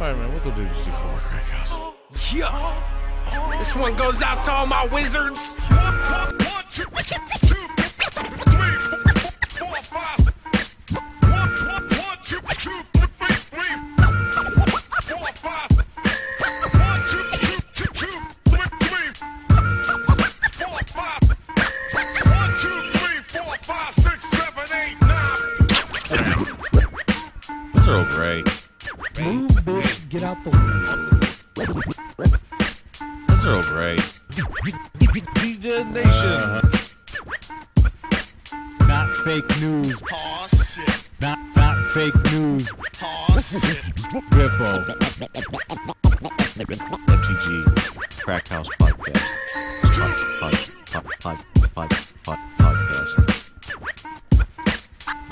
Alright, man, we'll go do this before crack house. Yeah. This one goes out to all my wizards. That's Earl Grey. Move, bitch. Get out the way. That's Earl Grey. DJ Nation. Not fake news. Not not fake news. Riffo. MTG Crack House Podcast. Pod, pod, pod, pod, pod, podcast.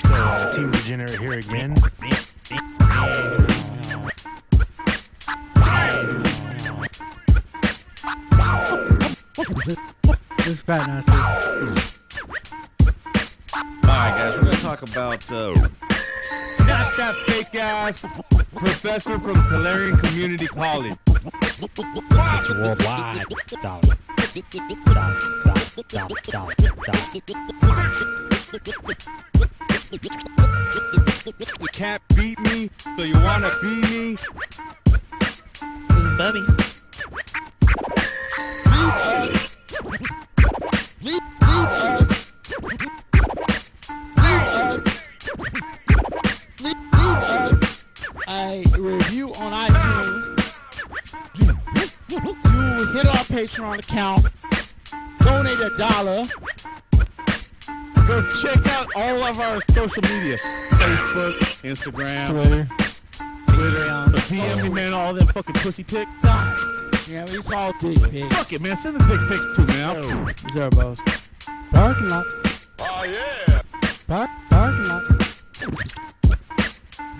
So, uh, Team Degenerate here again. This fat nasty. All right, guys, we're going to talk about. Uh, Not that fake ass professor from Calarian Community College. It's worldwide. Dollar. You can't beat me, so you wanna be me? This is Bubby. A review on iTunes. You hit our Patreon account. Donate a dollar. Go check out all of our social media. Facebook, Instagram, Twitter. Twitter, DM me, man, all them fucking pussy pics. Yeah, we saw dick pics. Fuck it, man, send the dick pics too, man. Zerbos. Parking lot. Oh yeah. Park parking lot.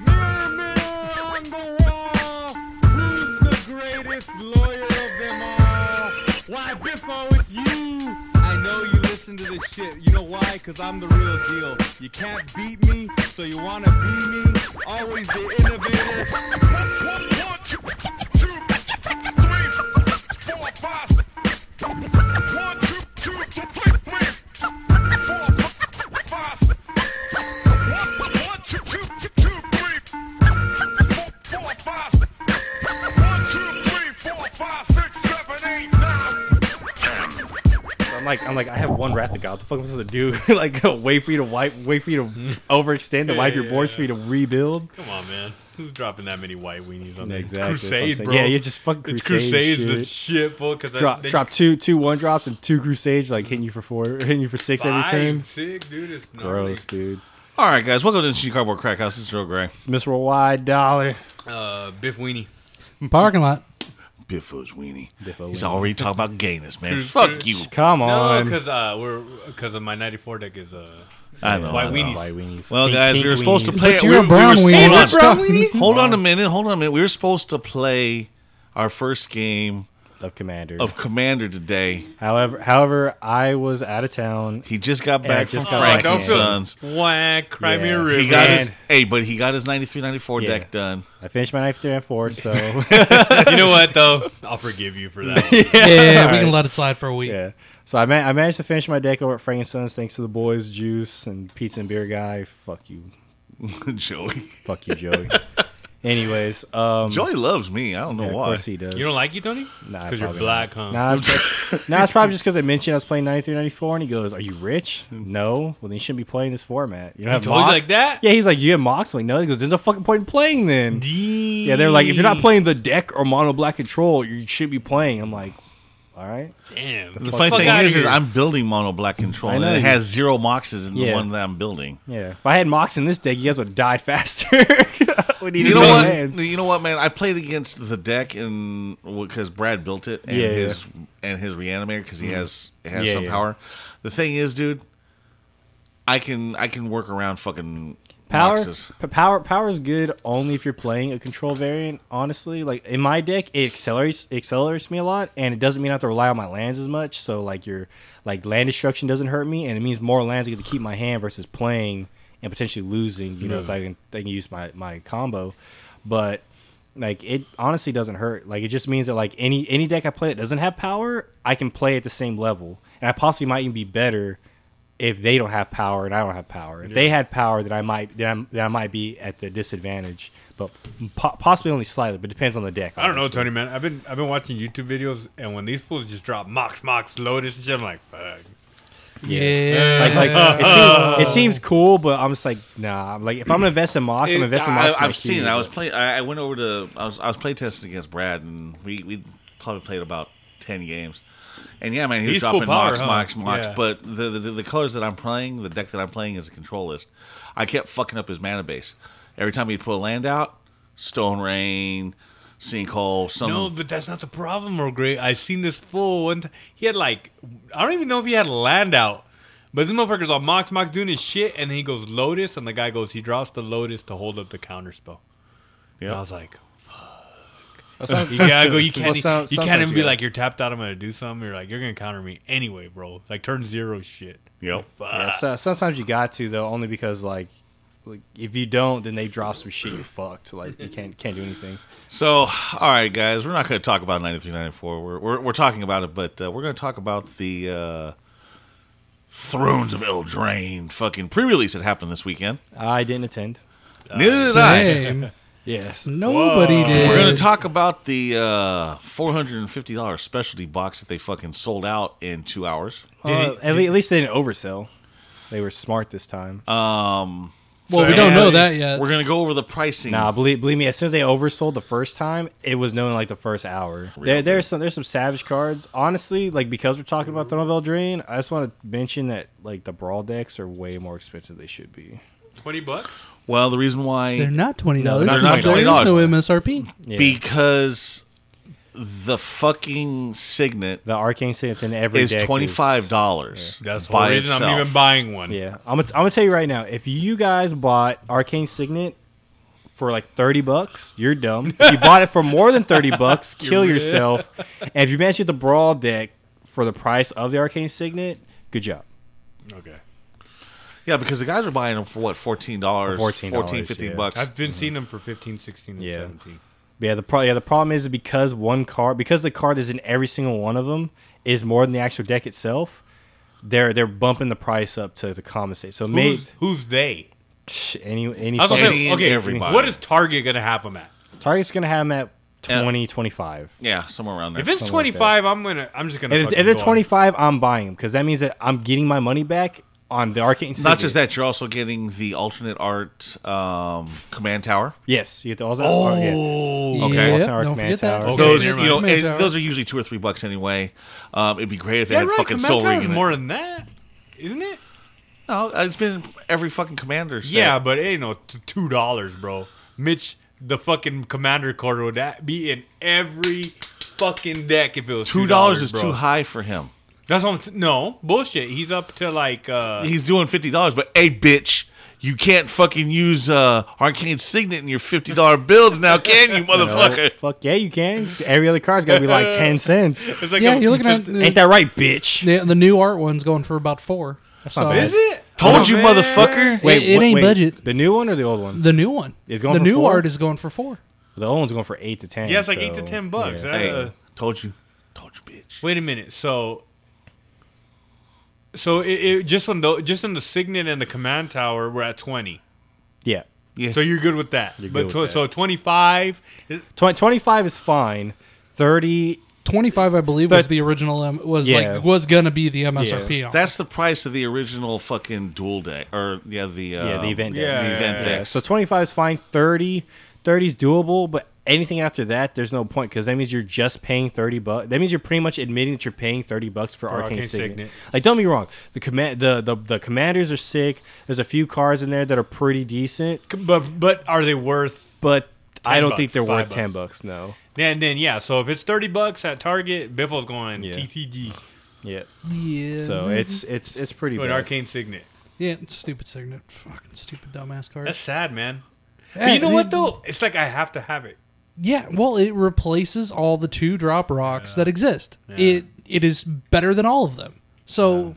Merman on the wall. Who's the greatest lawyer of them all? Why, Biffo, it's you. I know you listen to this shit. You know why? Because I'm the real deal. You can't beat me, so you want to be me. Always the innovator. I'm like, I'm like, I have one wrath to God. What the fuck am I supposed to do? like, go wait for you to wipe, wait for you to overextend, to wipe your boards for you to rebuild. Come on, man. Who's dropping that many white weenies on Exactly, that's the what I'm Crusade, saying. bro? Yeah, you're just fucking It's Crusade Crusades shit. that's shit, full because Drop, they, drop two, two one drops and two crusades, like hitting you for four, hitting you for six five, every time. Sick, dude. It's gnarly. Gross, dude. all right, guys, welcome to the Chicago Cardboard Crack House. This is Earl Grey. It's Miss Worldwide Dolly. Uh, Biff Weenie. Parking lot. Biffo's weenie. Biffo He's weenie. already talking about gayness, man. Dude, Fuck dude. you. Come No, on. because uh, we're because of my '94 deck is uh. I know. Why I know. weenies? White weenies. Well, Pink- guys, pink we were supposed to weenies. play. But we you're a were- we brown were supposed- weenie. Hold That's on, brown stop. Hold on a minute. Hold on a minute. We were supposed to play our first game of Commander. of Commander today. However, however, I was out of town. He just got Yeah, back just from got back Frank and in. Sons. Whack, cry me Yeah. a river. He got his Man. hey, but he got his 93 94 Yeah. deck done. I finished my knife three and four, so you know what though? I'll forgive you for that. one. Yeah, we right. can let it slide for a week. yeah. So I, ma- I managed to finish my deck over at Frank and Sons thanks to the boys, Juice and Pizza and Beer guy. Fuck you, Joey. fuck you, Joey. Anyways, um, Joey loves me. I don't know yeah, of why. course he does. You don't like you, Tony? Nah, because you're probably black, huh? Nah, it's, just- nah, it's probably just because I mentioned I was playing 93, 94, and he goes, "Are you rich?" No. Well, then you shouldn't be playing this format. You don't have told you Mox? like that? Yeah, he's like, "You have Mox?" I'm like, no. He goes, "There's no fucking point in playing then." Yeah, they're like, "If you're not playing the deck or mono black control, you should be playing." I'm like, "All right." Damn. The funny fuck thing outta is, is here. I'm building mono black control, I and know it you- has zero moxes in the Yeah. one that I'm building. Yeah. If I had Mox in this deck, you guys would have died faster. we needed You know more what? lands. You know what, man? I played against the deck and because Brad built it and Yeah, yeah. his and his reanimator because he has it has Yeah, some yeah. power. The thing is, dude, I can I can work around fucking Power, boxes. p- power, power is good only if you're playing a control variant. Honestly, like in my deck, it accelerates it accelerates me a lot, and it doesn't mean I have to rely on my lands as much. So like your like land destruction doesn't hurt me, and it means more lands I get to keep in my hand versus playing and potentially losing. You know, if I can, I can use my my combo, but Like it honestly doesn't hurt. Like it just means that like any any deck I play that doesn't have power, I can play at the same level, and I possibly might even be better if they don't have power and I don't have power. If they had power, then I might then, I'm, then I might be at the disadvantage, but po- possibly only slightly. But it depends on the deck. I don't know, obviously. Tony, man. I've been I've been watching YouTube videos, and when these fools just drop Mox, Mox, Lotus, and shit, I'm like, fuck. Yeah, like like it, seems, it seems cool, but I'm just like nah. I'm like if I'm gonna invest in Mox, I'm It- investing in I, Mox. I've seen it. I was play. I, I went over to. I was I was playtesting against Brad, and we we probably played about ten games. And yeah, man, he was He's full dropping power, mocks, huh? mocks, mocks. Yeah. But the, the the colors that I'm playing, the deck that I'm playing is a control list. I kept fucking up his mana base. Every time he'd put a land out, Stone Rain, Sinkhole, some. No, but that's not the problem, Earl Grey. I seen this fool one time. He had like I don't even know if he had land out. But this motherfucker's all Mox Mox doing his shit and then he goes Lotus and the guy goes he drops the Lotus to hold up the counter spell. Yeah. And I was like, you gotta go. You can't. e, you can't even be like you're tapped out. I'm gonna do something. You're like you're gonna counter me anyway, bro. Like turn zero shit. Yep. Yeah, so, sometimes you got to though, only because like, like if you don't, then they drop some shit. You're fucked. Like you can't can't do anything. So, all right, guys, we're not going to talk about 93 94. We're, we're, we're talking about it, but uh, we're going to talk about the uh, Thrones of Eldraine fucking pre release that happened this weekend. I didn't attend. Uh, Neither did I. Same. Yes. Mm. Nobody did. We're going to talk about the uh, $450 specialty box that they fucking sold out in two hours. Uh, at, le- at least they didn't oversell. They were smart this time. Well, we Sorry. don't know that yet. We're going to go over the pricing. nah, believe, believe me. As soon as they oversold the first time, it was known in, like the first hour. There, there's some there's some savage cards. Honestly, like because we're talking about Throne of Eldraine, I just want to mention that like the brawl decks are way more expensive than they should be. Twenty bucks. Well, the reason why. They're not twenty dollars. they're not There is $20. no MSRP. Yeah. Because the fucking signet the arcane sentence in every is deck $25. That's the by whole reason I'm itself. even buying one. Yeah, I'm gonna, I'm gonna tell you right now. If you guys bought Arcane Signet for like 30 bucks, you're dumb. If you bought it for more than 30 bucks, kill yourself. And if you managed to get the Brawl deck for the price of the Arcane Signet, good job. Okay. Yeah, because the guys are buying them for what fourteen dollars, $14, 14 15 yeah. bucks. I've been seeing them for 15, 16, and Yeah. 17. But yeah, the pro- yeah the problem is because one card because the card is in every single one of them is more than the actual deck itself. They're they're bumping the price up to, to compensate. So made Who's, who's they? any any I was gonna fucking- say, and okay, everybody. what Uh, is Target gonna have them at? Target's gonna have them at Yeah. 20 25. yeah, somewhere around there. If it's Something twenty like that. five, I'm gonna. I'm just gonna. If, fucking if they're go on. 25, I'm buying them because that means that I'm getting my money back on the arcane. Not Signet. just that, you're also getting the alternate art um, command tower. Yes, you get the all that. Oh, yeah. Okay. Yeah, What's our don't command forget that. tower? Okay, those you never know, mind. Command and tower. those are usually two or three bucks anyway. Um, it'd be great if they Yeah, had right. fucking Command soul Tower ring. is in it. more than that, isn't it? No, it's been every fucking commander. Set. Yeah, but it ain't no t- two dollars, bro. Mitch, the fucking commander card would that be in every fucking deck if it was two dollars is bro. too high for him. That's what I'm th- no bullshit. He's up to like uh He's doing fifty dollars, but hey, bitch. You can't fucking use uh, arcane signet in your fifty dollar bills now, can you, motherfucker? Fuck yeah, you can. Just- Every other card's got to be like 10 cents. it's like Yeah, a- you're looking at Ain't that right, bitch? the, the new art one's going for about four. That's not bad. Is it? Told Oh, you, man. motherfucker. It, it wh- ain't budget. The new one or the old one? The new one. It's going the for new four? art is going for four. The old one's going for 8 to 10. Yeah, it's like so- eight to ten bucks. yeah. That's, Hey, uh, told you, told you, bitch. wait a minute. So, so it, it, just on the just on the signet and the command tower, we're at twenty. Yeah. So you're good with that. but good tw- with so twenty five. Tw- 25 is fine. 30, Twenty five, I believe, That- was the original. M, was Yeah. like was gonna be the MSRP on. That's the price of the original fucking duel deck, or yeah, the uh, yeah, the event yeah, deck. the yeah, event yeah. deck. So 25 is fine. 30, 30 is doable, but anything after that, there's no point because that means you're just paying 30 bucks. That means you're pretty much admitting that you're paying 30 bucks for, Arcane, Arcane Signet. Signet. Like, don't be wrong. The command, the, the the commanders are sick. There's a few cards in there that are pretty decent, But but are they worth? but I 10 don't think bucks, they're worth five 10 bucks. No. Then then yeah. So if it's thirty bucks at Target, Biffle's going Yeah. TTG Yeah. yeah. So it's it's it's pretty with bad. Arcane Signet. yeah, it's stupid signet, fucking stupid dumbass card. That's sad, man. Yeah, But you know it- what though? It's like I have to have it. Yeah, well, it replaces all the two drop rocks that exist. It it is better than all of them. So,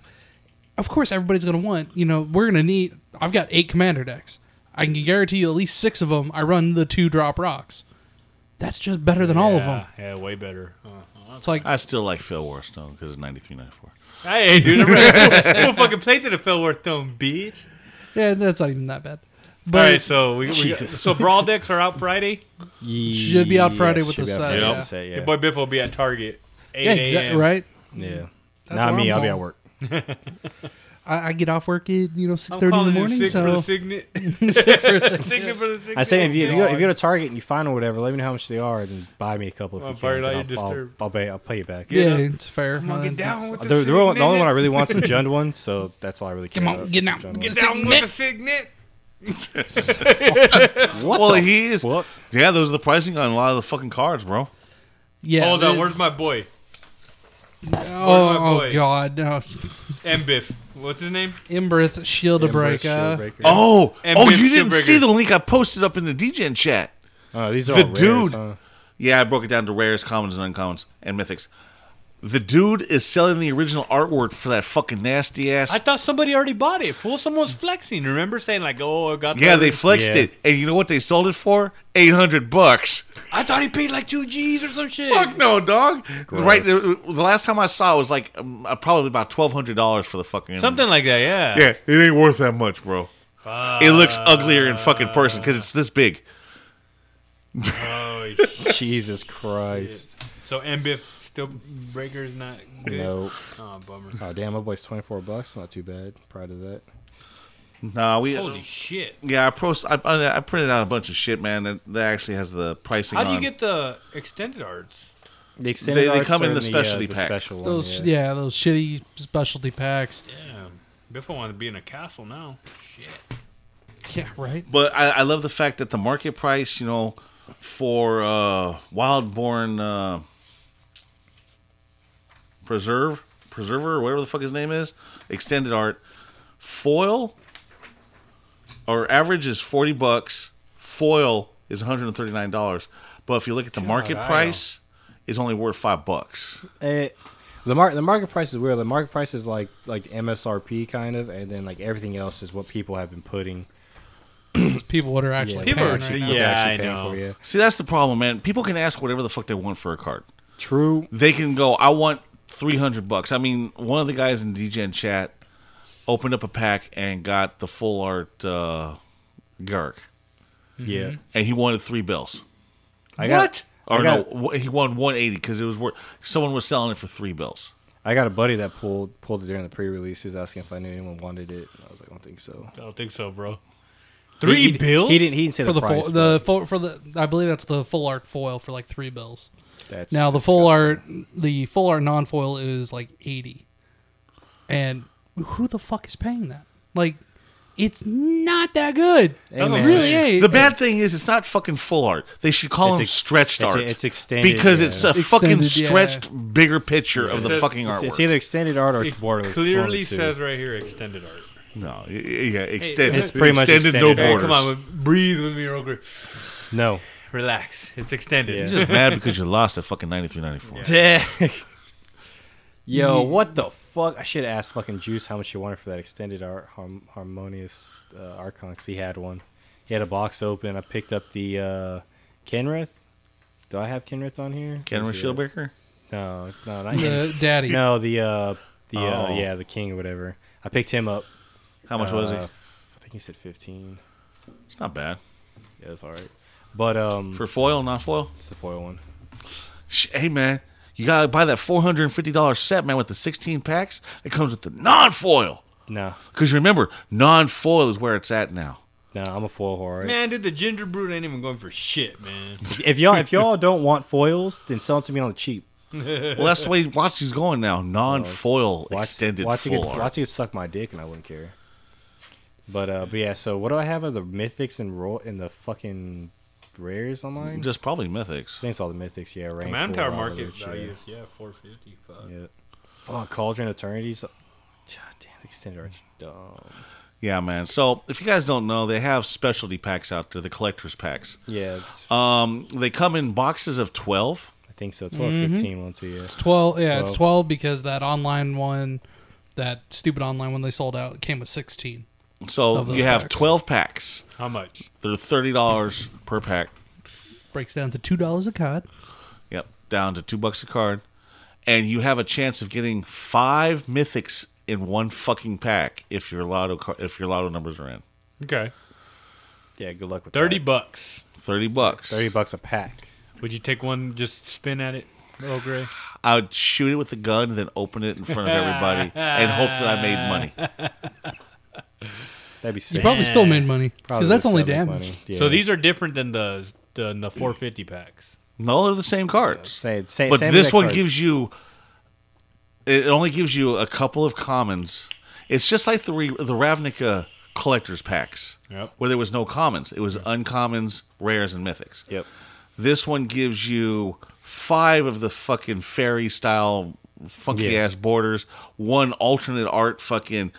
of course, everybody's going to want. You know, we're going to need. I've got eight commander decks. I can guarantee you at least six of them. I run the two drop rocks. that's just better than all of them. Yeah, way better. Uh, It's like I still like Phil Warstone because it's 93, 94. hey, dude, I'm ready. We'll fucking play to the Philworth Dome, bitch. yeah, that's not even that bad. All But right, so we, we Jesus. so brawl decks are out Friday. Should be out Friday with the should be out set, Friday with yeah. the set, Your boy Biff will be at Target. 8 yeah, a.m. exactly right. Yeah. That's Mm. Not where me. I'm I'll be at going. work. I, I get off work at you know six I'm thirty in the calling morning, sick for so the signet. Sick for a six. Signet for the signet. I say if you, if you go if you go to Target and you find or whatever, let me know how much they are and buy me a couple if Well, you can. Barry, then you I'll, I'll, disturb. I'll pay I'll pay you back. yeah, Get up. it's fair. Come on, Uh, get down with the, The, the, real- signet. the only one I really want's the Jund one, so that's all I really care Come on, about. get is the now. Jund Get one. down with the Signet. signet. well, he is. fuck? Yeah, those are the pricing on a lot of the fucking cards, bro. Yeah. Hold on, the- where's my boy? where's my oh, boy? oh God, no. M Biff. What's his name? Imbrith Shield uh, of Embrace Breaker. Shieldbreaker. Oh, and oh, Vince you didn't Schilberger. see the link I posted up in the DGen chat. Oh, these are the all rares, dude- huh? Yeah, I broke it down to rares, commons, and uncommons, and mythics. The dude is selling the original artwork for that fucking nasty ass. I thought somebody already bought it. Fool, someone was flexing. Remember saying like, "Oh, I got." yeah, the- they flexed Yeah. it, and you know what they sold it for? Eight hundred bucks. I thought he paid like two G's or some shit. Fuck no, dog. Right, the, the last time I saw it was like um, uh, probably about twelve hundred dollars for the fucking Something like that. Yeah. Yeah, it ain't worth that much, bro. it looks uglier in fucking person because it's this big. Oh, Jesus Christ. so M Biff still breaker's not good. No. Oh, bummer. Oh damn, my boy's twenty four bucks. Not too bad. Proud of that. Nah, we. Holy shit! yeah, I, post, I I I printed out a bunch of shit, man. That, that actually has the pricing. How do you on. get the extended arts? The extended they arcs come are in the specialty uh, pack. special one, Those yeah. yeah. those shitty specialty packs. Yeah, Biff wanted to be in a castle now. Shit. Yeah, right. But I, I love the fact that the market price, you know, for uh, Wildborn uh, Preserve Preserver, whatever the fuck his name is, extended art foil or average is forty bucks. Foil is one hundred and thirty nine dollars. But if you look at the market I know. price, it's only worth five bucks. Eh, the mar- the market price is weird. The market price is like like MSRP kind of, and then like everything else is what people have been putting. It's people what are actually People paying are right actually- now. what they're Yeah, actually I paying know. For, yeah. See, that's the problem, man. People can ask whatever the fuck they want for a card. True. they can go i want 300 bucks i mean one of the guys in dgen chat opened up a pack and got the full art uh garg Yeah. and he wanted three bills I got, or what? I no got- wh- he won 180 because it was worth someone was selling it for three bills I got a buddy that pulled pulled it during the pre release. He was asking if I knew anyone wanted it. I was like, I don't think so. I don't think so, bro. He- Three he, bills? He didn't. He didn't say for the the full, price. the full, for the I believe that's the full art foil for like three bills. but that's now the full disgusting. art, the full art non foil is like eighty, and who the fuck is paying that? Like, it's not that good. Hey, it man. Oh, really ain't. the bad thing is it's not fucking full art they should call It's them ex- stretched it's- art it's extended, because yeah. it's a fucking Extended, yeah. stretched bigger picture of the It's a- fucking It's, artwork it's either extended art or it's It borderless. It's one of the clearly two. says right here extended art. no y- y- yeah extended It's pretty much extended, extended. no Hey, borders come on, breathe with me real quick. no. Relax. It's extended. Yeah. You're just mad because you lost at fucking 93 94 Yo, what the fuck? I should have asked fucking Juice how much he wanted for that extended art harm, harmonious uh, Archon 'cause he had one. He had a box open. I picked up the uh, Kenrith. Do I have Kenrith on here? Kenra Is it- Shieldbreaker? No, no, not Kenrith. The daddy. no. The uh, the uh, Oh. yeah, the king or whatever. I picked him up. How much was uh, he? I think he said fifteen. It's not bad. Yeah, it's all right. But um, For foil, not foil? it's the foil one. Sh- Hey, man. You got to buy that $450 set, man, with the 16 packs. It comes with the non foil. No, Because remember, non foil is where it's at now. no, I'm a foil whore. right? Man, dude, the ginger brood ain't even going for shit, man. If y'all if y'all don't want foils, then sell it to me on the cheap. Well, that's the way Watsy's going now. Non foil Watch- extended watch full you get, art. Watch you get suck my dick, and I wouldn't care. But uh, but yeah. So what do I have of the mythics and roll in the fucking rares online? Just probably I mythics. think it's all the mythics. Yeah, rank. Command four, Tower all market that shit. value is, yeah, 450. Fuck. Yeah. Fuck, Cauldron Eternities. God damn, extended art's dumb. Yeah, man. So if you guys don't know, they have specialty packs out there, the collector's packs. Yeah, it's, Um, They come in boxes of 12. I think so. 12, mm-hmm. 15, one, two. Yeah. It's twelve. Yeah, it's 12. twelve because that online one, that stupid online one they sold out came with sixteen. So Of those you have packs. 12 packs. How much? They're $30 per pack. breaks down to two dollars a card. Yep, down to two bucks a card, and you have a chance of getting five mythics in one fucking pack if your lotto car- if your lotto numbers are in. Okay. Yeah, good luck with Thirty that. bucks. Thirty bucks. Thirty bucks a pack. Would you take one? Just spin at it, little gray. I would shoot it with a gun, and then open it in front of everybody, and hope that I made money. That'd be You sick. probably still made money because that's only damage. So these are different than the the, the four fifty packs. No, they're the same cards. Say, say, but this one gives you it only gives you a couple of commons it's just like the re, the ravnica collectors packs Yep. where there was no commons it was uncommons rares and mythics Yep. this one gives you five of the fucking fairy style funky ass borders one alternate art fucking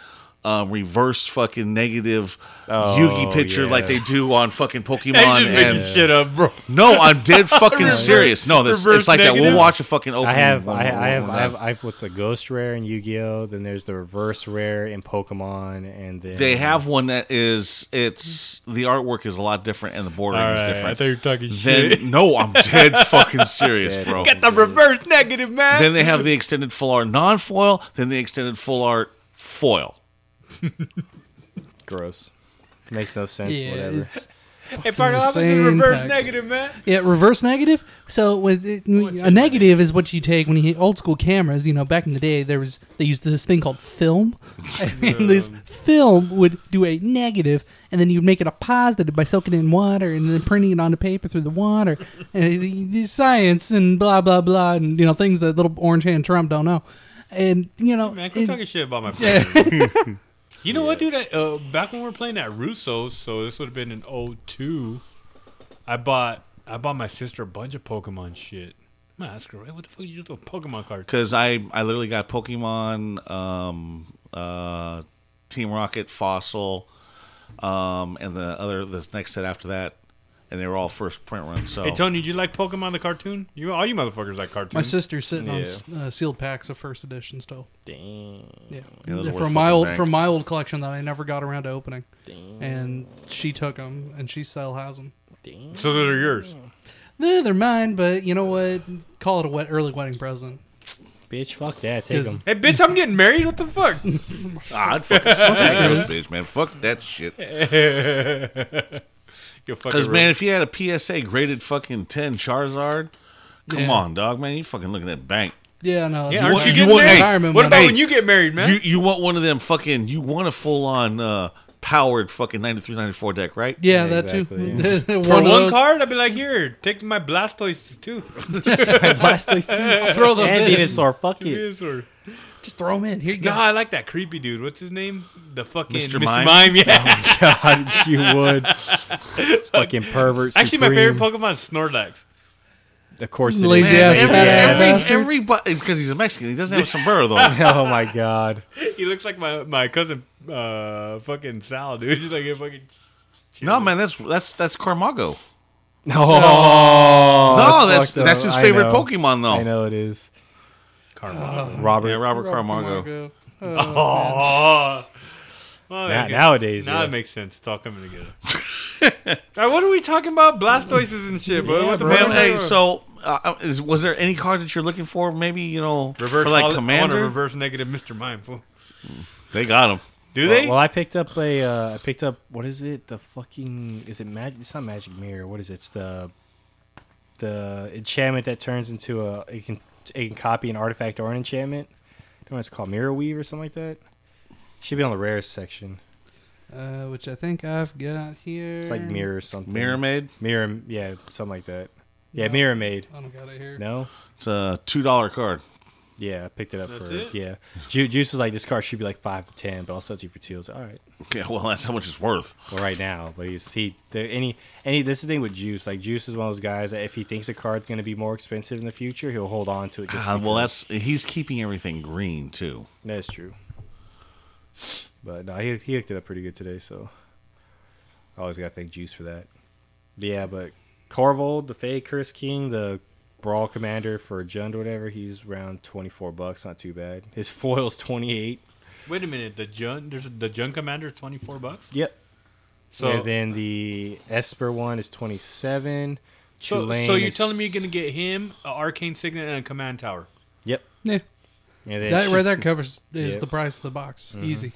um, reverse fucking negative Yugi picture yeah. like they do on fucking I'm Pokemon Oh, just making and shit up, bro. no, I'm dead fucking serious. No, this reverse it's like that. negative? We'll watch a fucking opening. I have, one- I, I have, one- I have, I have. What's a ghost rare in Yu-Gi-Oh? Then there's the reverse rare in Pokemon, and then They have one that is it's the artwork is a lot different and the bordering All is right, different. I thought you were talking then shit. no, I'm dead fucking serious, bro. Get the reverse negative, man. Then they have the extended full art non-foil. Then the extended full art foil. gross. Makes no sense. Yeah, whatever. it's- hey, Parker, how much is Insane reverse packs. negative, man? yeah, reverse negative. So was it, a negative is what you take when you hit old school cameras. You know, back in the day, there was they used this thing called film, and this film would do a negative, and then you'd make it a positive by soaking it in water and then printing it onto paper through the water, and it- it- science and blah blah blah, and you know things that little orange hand Trump don't know, and you know, Man, quit it- talking shit about my president. you know what, dude? I, uh, back when we were playing at Russo's, so this would have been in 02, I bought I bought my sister a bunch of Pokemon shit. I'm gonna ask her, "Hey, what the fuck you do with Pokemon cards? Because I I literally got Pokemon, um, uh, Team Rocket, Fossil, um, and the other the next set after that, and they were all first print runs. So Hey Tony, do you like Pokemon the cartoon? You all you motherfuckers like cartoons. my sister's sitting on uh, sealed packs of first edition still. Damn. Yeah, those are from worth my fucking old bank. from my old collection that I never got around to opening, and she took them and she still has them. so those are yours. They're, they're mine, but you know what? Call it a wet early wedding present. Bitch, fuck that. Take 'Cause- them. Hey bitch, I'm getting married. What the fuck? Ah, I'd fucking smack those bitch, man. Fuck that shit. You Because fucking man, if you had a PSA graded fucking ten Charizard, come Yeah. on, dog, man, you fucking looking at bank. Yeah, no. yeah, aren't want- you you getting want- hey, married? retirement what money. about Hey, when you get married, man? You you want one of them fucking? You want a full on uh, powered fucking 93, 94 deck, right? yeah, Yeah, that exactly, too. one For of one those, card, I'd be like, here, take my Blastoise too. throw those And in. Venusaur, fuck it. Yes, or- Just throw them in. Here you go. Nah, I like that creepy dude. What's his name? The fucking Mr. Mr. Mime? Mime yeah. God, you would. Fucking pervert. Actually, my supreme. favorite Pokemon is Snorlax. Of course, it is. Lazy ass Every, fat ass every, bastard. everybody, because he's a Mexican, he doesn't have a sombrero though. Oh my god. He looks like my, my cousin, uh, fucking Sal, dude. He's like a fucking. no, man, that's that's that's Carmago. Oh, no, that's fucked up. that's his I favorite know. Pokemon I though. know it is. Carmine. Robert. Yeah, Robert Carmago. Oh. Well, Na- okay. nowadays, now yeah. it makes sense. It's all coming together. All right, what are we talking about? Blastoises and shit, bro. what the Man, fuck? hey, so uh, is, was there any card that you're looking for? Maybe you know, reverse for like hol- I want Commander. a reverse negative Mr. Mime. fool. they got him. Do Well, they? well, I picked up a. Uh, I picked up what is it? The fucking is it magic? It's not magic mirror. What is it? It's the the enchantment that turns into a. It can it can copy an artifact or an enchantment. I don't know what it's called mirror weave or something like that. Should be on the rare section. Uh, which I think I've got here. It's like mirror or something. Mirror Maid. Mirror. Yeah, something like that. Yeah, No. mirror made. I don't got it here. No. It's a two dollar card. Yeah, I picked it up That's for it? yeah. Ju- Juice was like, this card should be like five to ten, but I'll sell it to you for two. I was like, all right, Yeah, well, that's how much it's worth. well, right now. But he's he there, any any. This is the thing with Juice. Like Juice is one of those guys that if he thinks a card's going to be more expensive in the future, he'll hold on to it. Just Ah, well, because. that's he's keeping everything green too. that's true. But no, he he hooked it up pretty good today. So I always got to thank Juice for that. But yeah, but Corvold, the Fey Curse King, the Brawl Commander for Jund, or whatever. He's around twenty four bucks. Not too bad. His foil's twenty eight. Wait a minute. The Jun, there's a, the Jun Commander is 24 bucks. Yep. So and then the Esper one is 27. So, Tulane so you're is- telling me you're gonna get him, a arcane signet, and a command tower? Yep. Yeah. And then That Chu- right there covers is Yeah. the price of the box. Easy.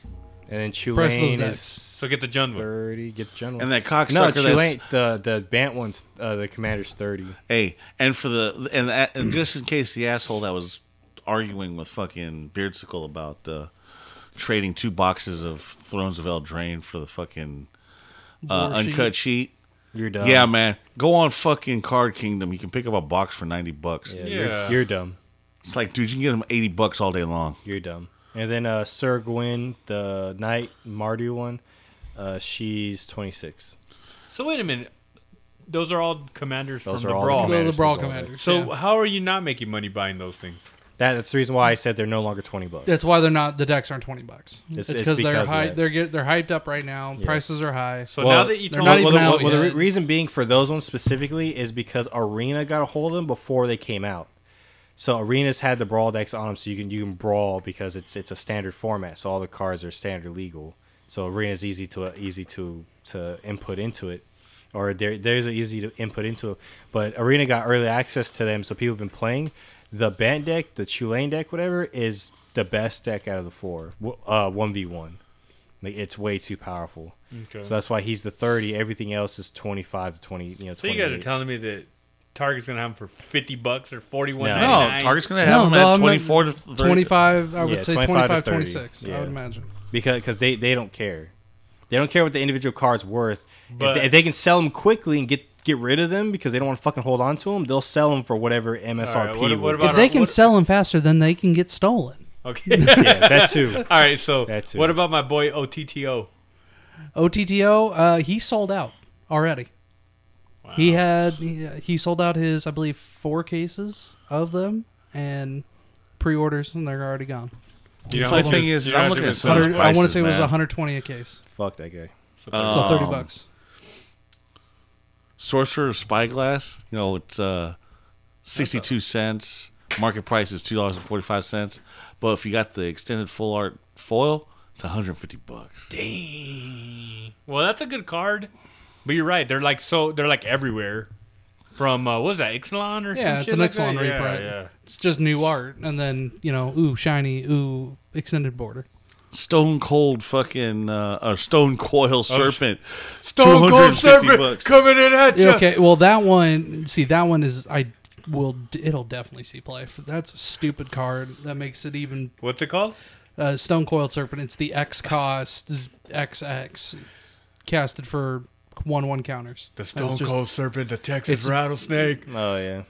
And then Press those Tulane is decks. So get the Junwood. thirty. Get the general. And that cocksucker No, that's- Tulane. The the Bant one's uh, the commander's thirty. Hey, and for the and, that- and just in case the asshole that was arguing with fucking Beardsicle about uh, trading two boxes of Thrones of Eldraine for the fucking uh, War uncut sheet. Oh. You're dumb. yeah, man, go on fucking Card Kingdom. You can pick up a box for ninety bucks. Yeah, You're, Yeah. you're dumb. It's like, dude, you can get them eighty bucks all day long. You're dumb. And then uh, Sir Gwyn, the knight Mardu one, uh, she's twenty six. So wait a minute. Those are all commanders Those from are the all the brawl. Well, the Commanders brawl and Brawl. commanders. so yeah. how are you not making money buying those things? That, that's the reason why I said they're no longer twenty bucks. that's why they're not the decks aren't twenty bucks. It's, It's- it's because they're because of hy- that. they're get, they're hyped up right now. Prices are high. So Well, now that you they're told not me, well, even the, out well, the yet. re- reason being for those ones specifically is because Arena got a hold of them before they came out. So Arena's had the brawl decks on them, so you can you can brawl because it's it's a standard format. So all the cards are standard legal. So Arena's easy to easy to to input into it, or there there's are easy to input into. it. But Arena got early access to them, so people have been playing. The Bant deck, the Tulane deck, whatever, is the best deck out of the four. W- Uh, one v one, like it's way too powerful. Okay. So that's why he's the 30. Everything else is 25 to 20. You know, so you guys are 28. telling me that Target's gonna have them for fifty bucks or forty one. No. No, Target's gonna have Oh, No, them no, I'm at not- twenty four to 30. Twenty five, I would Yeah, say 25 to 25, 30. 26, Yeah. I would imagine. because because they they don't care. They don't care what the individual card's worth. if, But- they, if they can sell them quickly and get get rid of them because they don't want to fucking hold on to them, they'll sell them for whatever MSRP. All right, what- what would- about- If they our- can what- sell them faster, then they can get stolen. Okay. yeah, that too. All right. So That's it. what about my boy OTTO? OTTO, uh, he sold out already. He had he, uh, he sold out his I believe four cases of them and pre-orders and they're already gone. You So the thing is, is I'm looking at some- Those 100 I want prices, to say it was man. 120 a case, Fuck that guy. so 30 bucks. Sorcerer of Spyglass, you know, it's uh, 62 cents. Market price is $2.45. But if you got the extended full art foil, it's 150 bucks. Dang. Well, that's a good card. But you're right. They're like so. They're like everywhere. From uh, what was that Ixalan or Yeah, some it's shit an like Ixalan that? Yeah, reprint. Yeah. It's just new art, and then you know, ooh shiny, ooh extended border. Stone cold fucking, uh, or stone coil serpent. Stone 250 Cold Serpent bucks. coming in at you. Okay, well that one, see that one is I will it'll definitely see play. That's a stupid card that makes it even What's it called? uh, Stone Coiled Serpent. It's the X cost this is XX casted for one one counters. The Stone just- Cold Serpent, the Texas It's- rattlesnake. Oh yeah.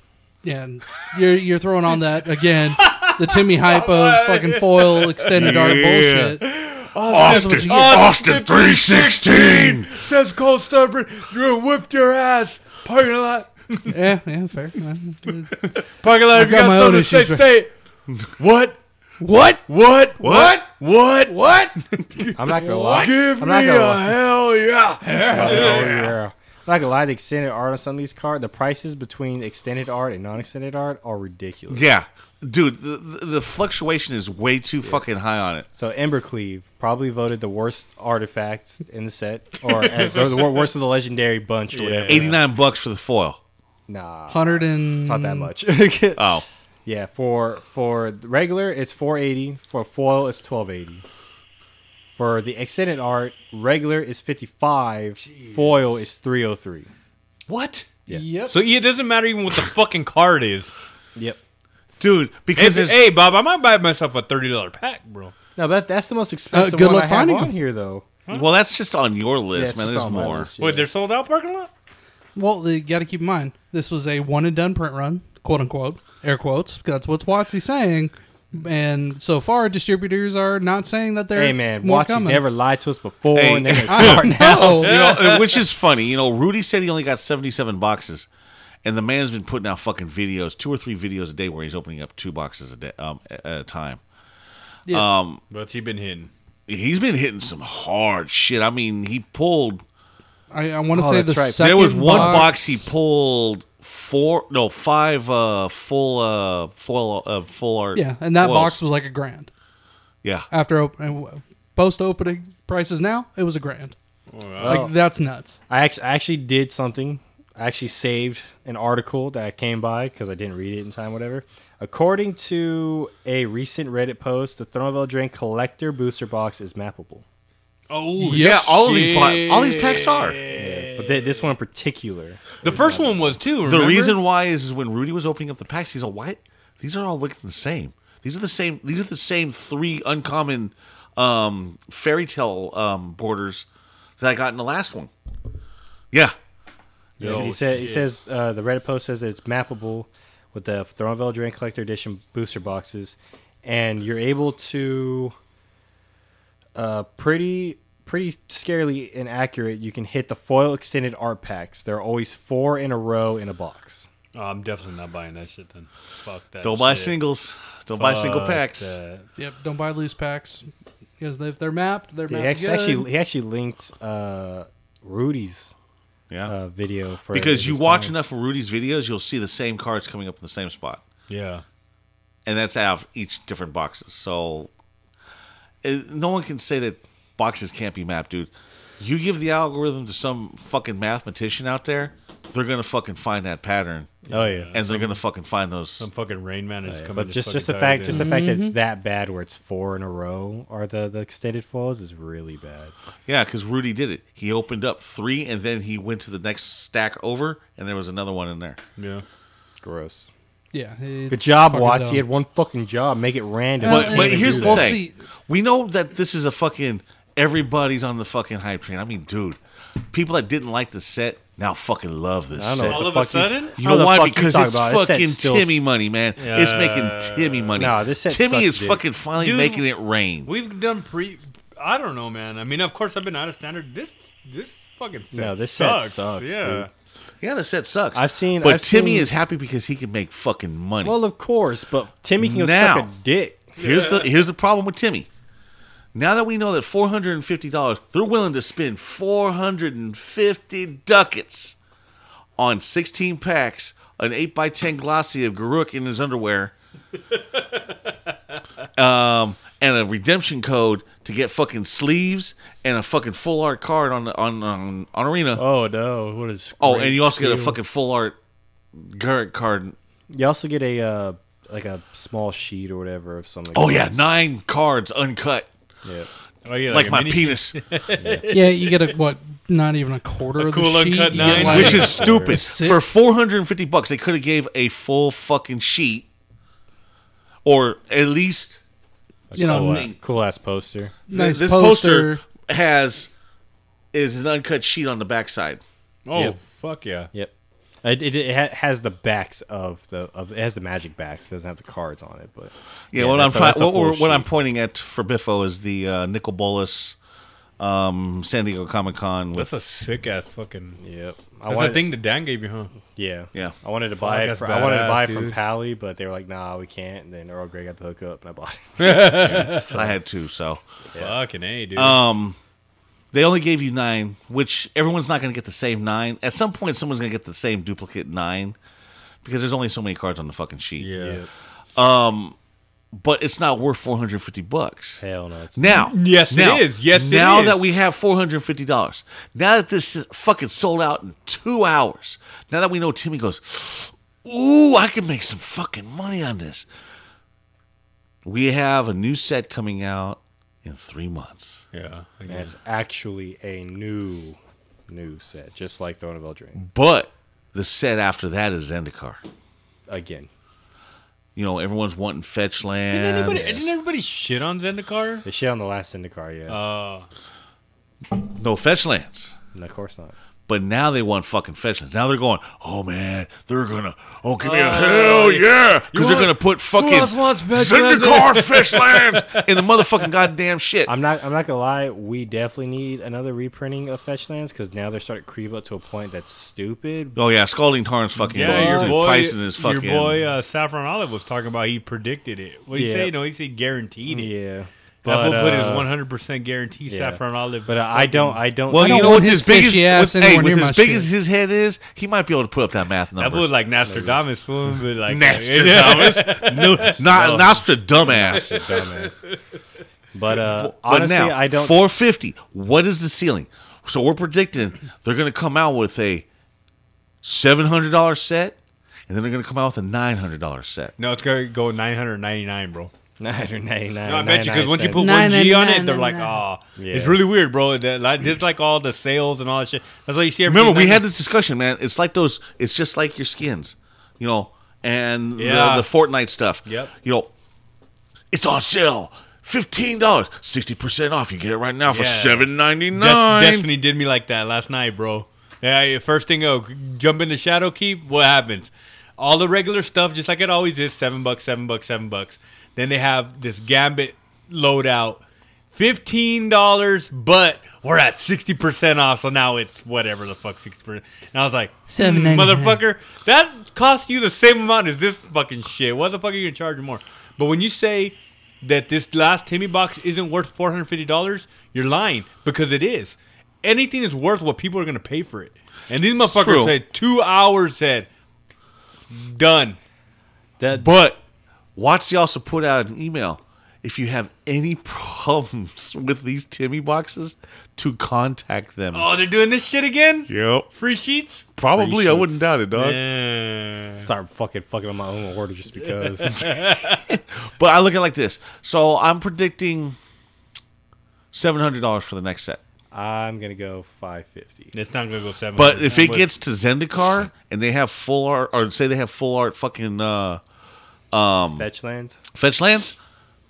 Yeah, and you're you're throwing on that again. The Timmy hype of fucking foil extended art bullshit. That's what you get. Austin 316! Says Cold Serpent, you whipped your ass. Parking lot, Yeah, yeah, fair. parking lot. I've if you got got, my something to own say, issues, say it. What? What? What? What? What? What? I'm not gonna lie. Give I'm not me gonna a lie. hell yeah. Oh, yeah. I'm not gonna lie. The extended art on some of these cards, the prices between extended art and non-extended art are ridiculous. Yeah. Dude, the, the- the fluctuation is way too fucking high on it. So Embercleave probably voted the worst artifact in the set, or, or the wor- worst of the legendary bunch, or whatever. 89 bucks for the foil. Nah, Hundred and it's not that much. Oh. yeah, for for the regular it's four eighty. For foil it's twelve eighty. For the extended art, regular is fifty five. Foil is three oh three. What? Yes. Yep. So it doesn't matter even what the fucking card is. Yep. Dude, If- because it's, hey, Bob, I might buy myself a thirty dollar pack, bro. No, but that's the most expensive Uh, good one luck I have finding on them. here, though. well, that's just on your Yeah, list, it's man. just There's on my more. list, Wait, yeah. they're sold out parking lot. Well, you got to keep in mind this was a one and done print run, quote unquote, air quotes. 'cause That's what's Watsy's saying, and so far distributors are not saying that they're. Hey man, more Watsy's coming. never lied to us before, Hey. and they're gonna start now. Oh, you know, uh, which is funny. You know, Rudy said he only got 77 boxes, and the man's been putting out fucking videos, two or three videos a day, where he's opening up two boxes a day um, at a time. But you've been hidden. He's been hitting some hard shit. I mean, he pulled. I, I want to Oh, say the that's right. second. there was one box, box, he pulled four, no, five uh, full uh, foil uh, full art. Yeah, and that foils. box was like a grand yeah. after open, post opening prices. Now it was a grand. Like that's nuts. I actually, I actually did something. I I actually saved an article that I came by because I didn't read it in time, whatever. According to a recent Reddit post, the Thermaville Drain Collector Booster Box is mappable. Oh yeah, all of these pot, all these packs are. But th- this one in particular. The first one was too. The reason why is, is when Rudy was opening up the packs, he's all, "What? These are all looking the same. These are the same. These are the same three uncommon um, fairy tale um, borders that I got in the last one." Yeah, he, Oh, said, he says uh, the Reddit post says that it's mappable with the Thronville Drain Collector Edition booster boxes, and you're able to uh, pretty pretty scarily and accurate. You can hit the foil extended art packs. There are always four in a row in a box. Oh, I'm definitely not buying that shit. Then fuck that. don't buy shit. singles. Don't buy single Fuck packs. that. Yep. Don't buy loose packs because if they're mapped, they're He mapped. actually, good. actually he actually linked uh, Rudy's Yeah, uh, video for because you his watch thing. enough of Rudy's videos, you'll see the same cards coming up in the same spot. Yeah. and that's out of each different boxes. So eh, no one can say that boxes can't be mapped, dude. You give the algorithm to some fucking mathematician out there, they're gonna fucking find that pattern, Oh yeah. Oh, and they're gonna fucking find those. Some fucking Rain Man is coming. But just just the fact just the fact that it's that bad where it's four in a row or the the extended foils is really bad. Yeah, because Rudy did it. He opened up three, and then he went to the next stack over, and there was another one in there. yeah. Gross. yeah. Good job, Watts. You had one fucking job. Make it random. Uh, You But can't but even here's do the Well, that. thing: see- we know that this is a fucking everybody's on the fucking hype train. I mean, dude, people that didn't like the set now fucking love this I don't know set. what All the of a fuck you- sudden? I You don't know the why? fuck you Because talking it's about. This set fucking still Timmy money, man. It's making Timmy money. Nah, this set Timmy sucks, is dude. fucking finally Dude. making it rain. We've done pre. I don't know, man. I mean, of course, I've been out of standard. This this fucking set No, this set sucks. sucks, Yeah. yeah, the set sucks. I've seen- but I've Timmy seen- is happy because he can make fucking money. Well, of course, but Timmy can go Now. suck a dick. here's the here's the problem with Timmy. Now that we know that four hundred and fifty dollars, they're willing to spend four hundred and fifty ducats on sixteen packs, an eight by ten glossy of Garuk in his underwear, um, and a redemption code to get fucking sleeves and a fucking full art card on the- on on, on arena. Oh, Oh no! What is? and you also get a fucking full art Garuk card. You also get a uh, like a small sheet or whatever of something. Oh yeah, nine cards uncut, yeah. Oh yeah. like, a my mini- penis. Yeah, you get a what? Not even a quarter of cool the sheet. uncut You nine. get like- which is stupid. Six. For 450 bucks, they could have gave a full fucking sheet, or at least you know, something. Cool ass poster. nice this poster. has is an uncut sheet on the backside. Oh Yep. fuck yeah. Yep. It, it, it ha- has the backs of the of it has the magic backs. It doesn't have the cards on it, but Yeah, what I'm that's a- that's a trying, what, full we're- what I'm sheet. pointing at for Biffo is the uh, Nicol Bolas um, San Diego Comic Con with That's a sick ass fucking. Yep. I That's wanted- the thing that Dan gave you, huh? Yeah. Yeah. I wanted to buy it. that's For, I wanted to badass, buy it from dude. Pally, but they were like, "Nah, we can't." And then Earl Grey got the hookup, and I bought it. I had two, so Fucking a, dude. um, they only gave you nine, which everyone's not going to get the same nine. At some point, someone's going to get the same duplicate nine because there's only so many cards on the fucking sheet. yeah. but it's not worth 450 bucks. Hell no. It's Now, Yes, it now, is. Yes, it now is. that we have 450 dollars, now that this is fucking sold out in two hours, now that we know Timmy goes, ooh, I can make some fucking money on this. We have a new set coming out in three months. Yeah. I And guess. it's actually a new, new set, just like Throne of Eldraine. But the set after that is Zendikar. Again, You know, everyone's wanting fetch lands. Didn't everybody, didn't everybody shit on Zendikar? they shit on the last Zendikar, yeah. Uh, no fetch lands. no, of course not. But now they want fucking fetchlands. Now they're going, oh man, they're gonna, oh give me a hell yeah, because they're want- gonna put fucking else wants fetchlands? Zendikar fetchlands in the motherfucking goddamn shit. I'm not. I'm not gonna lie. We definitely need another reprinting of Fetchlands because now they're starting to creep up to a point that's stupid. oh yeah, Scalding Tarn's fucking yeah, your dude, boy, Tyson is fucking. your boy uh, Saffron Olive was talking about. He predicted it. What did he Yeah. say? No, he said guaranteed it. Yeah, But, but Apple put his uh, 100% guarantee yeah. Saffron Olive. But uh, I don't. I don't. well, I you don't know what want his his biggest, fishy ass with, anywhere hey, with near as my big shit. as his head is, he might be able to put up that math That number. was like Nostradamus, fool, but like Nostradamus, no, not Nostradamus. dumbass. But uh, But honestly, now, I don't. 450. What is the ceiling? So we're predicting they're going to come out with a seven hundred dollar set, and then they're gonna come out with a nine hundred dollar set. No, it's gonna go 999, bro. Nine hundred ninety nine. No, I bet you because once you put one G on it, 999. they're like, oh, Yeah. it's really weird, bro. That, like, just like all the sales and all that shit. That's why you see. Remember, we everything's had this discussion, man. It's like those. It's just like your skins, you know, and Yeah. the, the Fortnite stuff. Yep. You know, it's on sale. Fifteen dollars, sixty percent off. You get it right now for Yeah. seven ninety Des- nine. Destiny did me like that last night, bro. Yeah, your first thing, oh, jump into Shadow Keep. What happens? All the regular stuff, just like it always is, seven bucks, seven bucks, seven bucks. Then they have this Gambit loadout, fifteen dollars, but we're at sixty percent off, so now it's whatever the fuck sixty percent. And I was like, Seven "Hmm, ninety-nine. motherfucker, that costs you the same amount as this fucking shit. What the fuck are you gonna charge more? But when you say that this last Timmy box isn't worth four hundred fifty dollars, you're lying because it is. Anything is worth what people are gonna pay for it. And these true. motherfuckers said two hours said done. that. But Watsy also put out an email. If you have any problems with these Timmy boxes, to contact them. Oh, they're doing this shit again. Yep. Free sheets. Eh. Probably, I wouldn't doubt it, dog. Yeah. Start fucking fucking on my own order just because. But I look at it like this. So I'm predicting seven hundred dollars for the next set. I'm gonna go five fifty. It's not gonna go seven. But if it gets to Zendikar and they have full art, or say they have full art fucking uh, Fetchlands. fetch lands,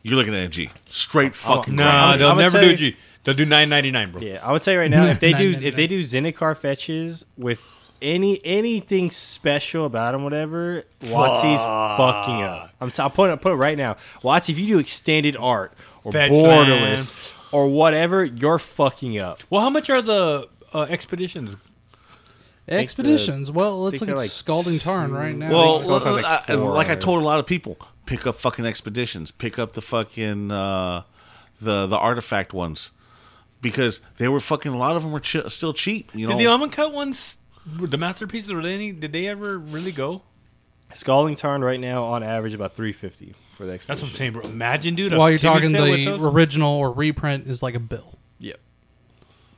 you're looking at a G. Straight fucking. Oh, no, grind. they'll I'ma never tell do you- G. They'll do nine ninety nine, bro. Yeah, I would say right now if they do $9.99. if they do Zendikar fetches with any anything special about them, whatever, Watsy's fucking up. I'm t- I'll put it, I'll put it right now. Watsy, if you do extended art or Fetch lands. borderless or whatever, you're fucking up. Well, how much are the uh, expeditions? Expeditions. well, let's think look at they're like Scalding Tarn right now. Well, it's going for like, like I, four. like I told a lot of people, pick up fucking expeditions. Pick up the fucking uh, the the artifact ones because they were fucking. A lot of them were ch- still cheap. You know. Did the almond cut ones, were the masterpieces, were they any? Did they ever really go? Scalding Tarn right now on average about 350 for the That's expedition. what I'm saying, bro. Imagine, dude. a While you're TV talking, set with the those. original or reprint is like a bill. Yep.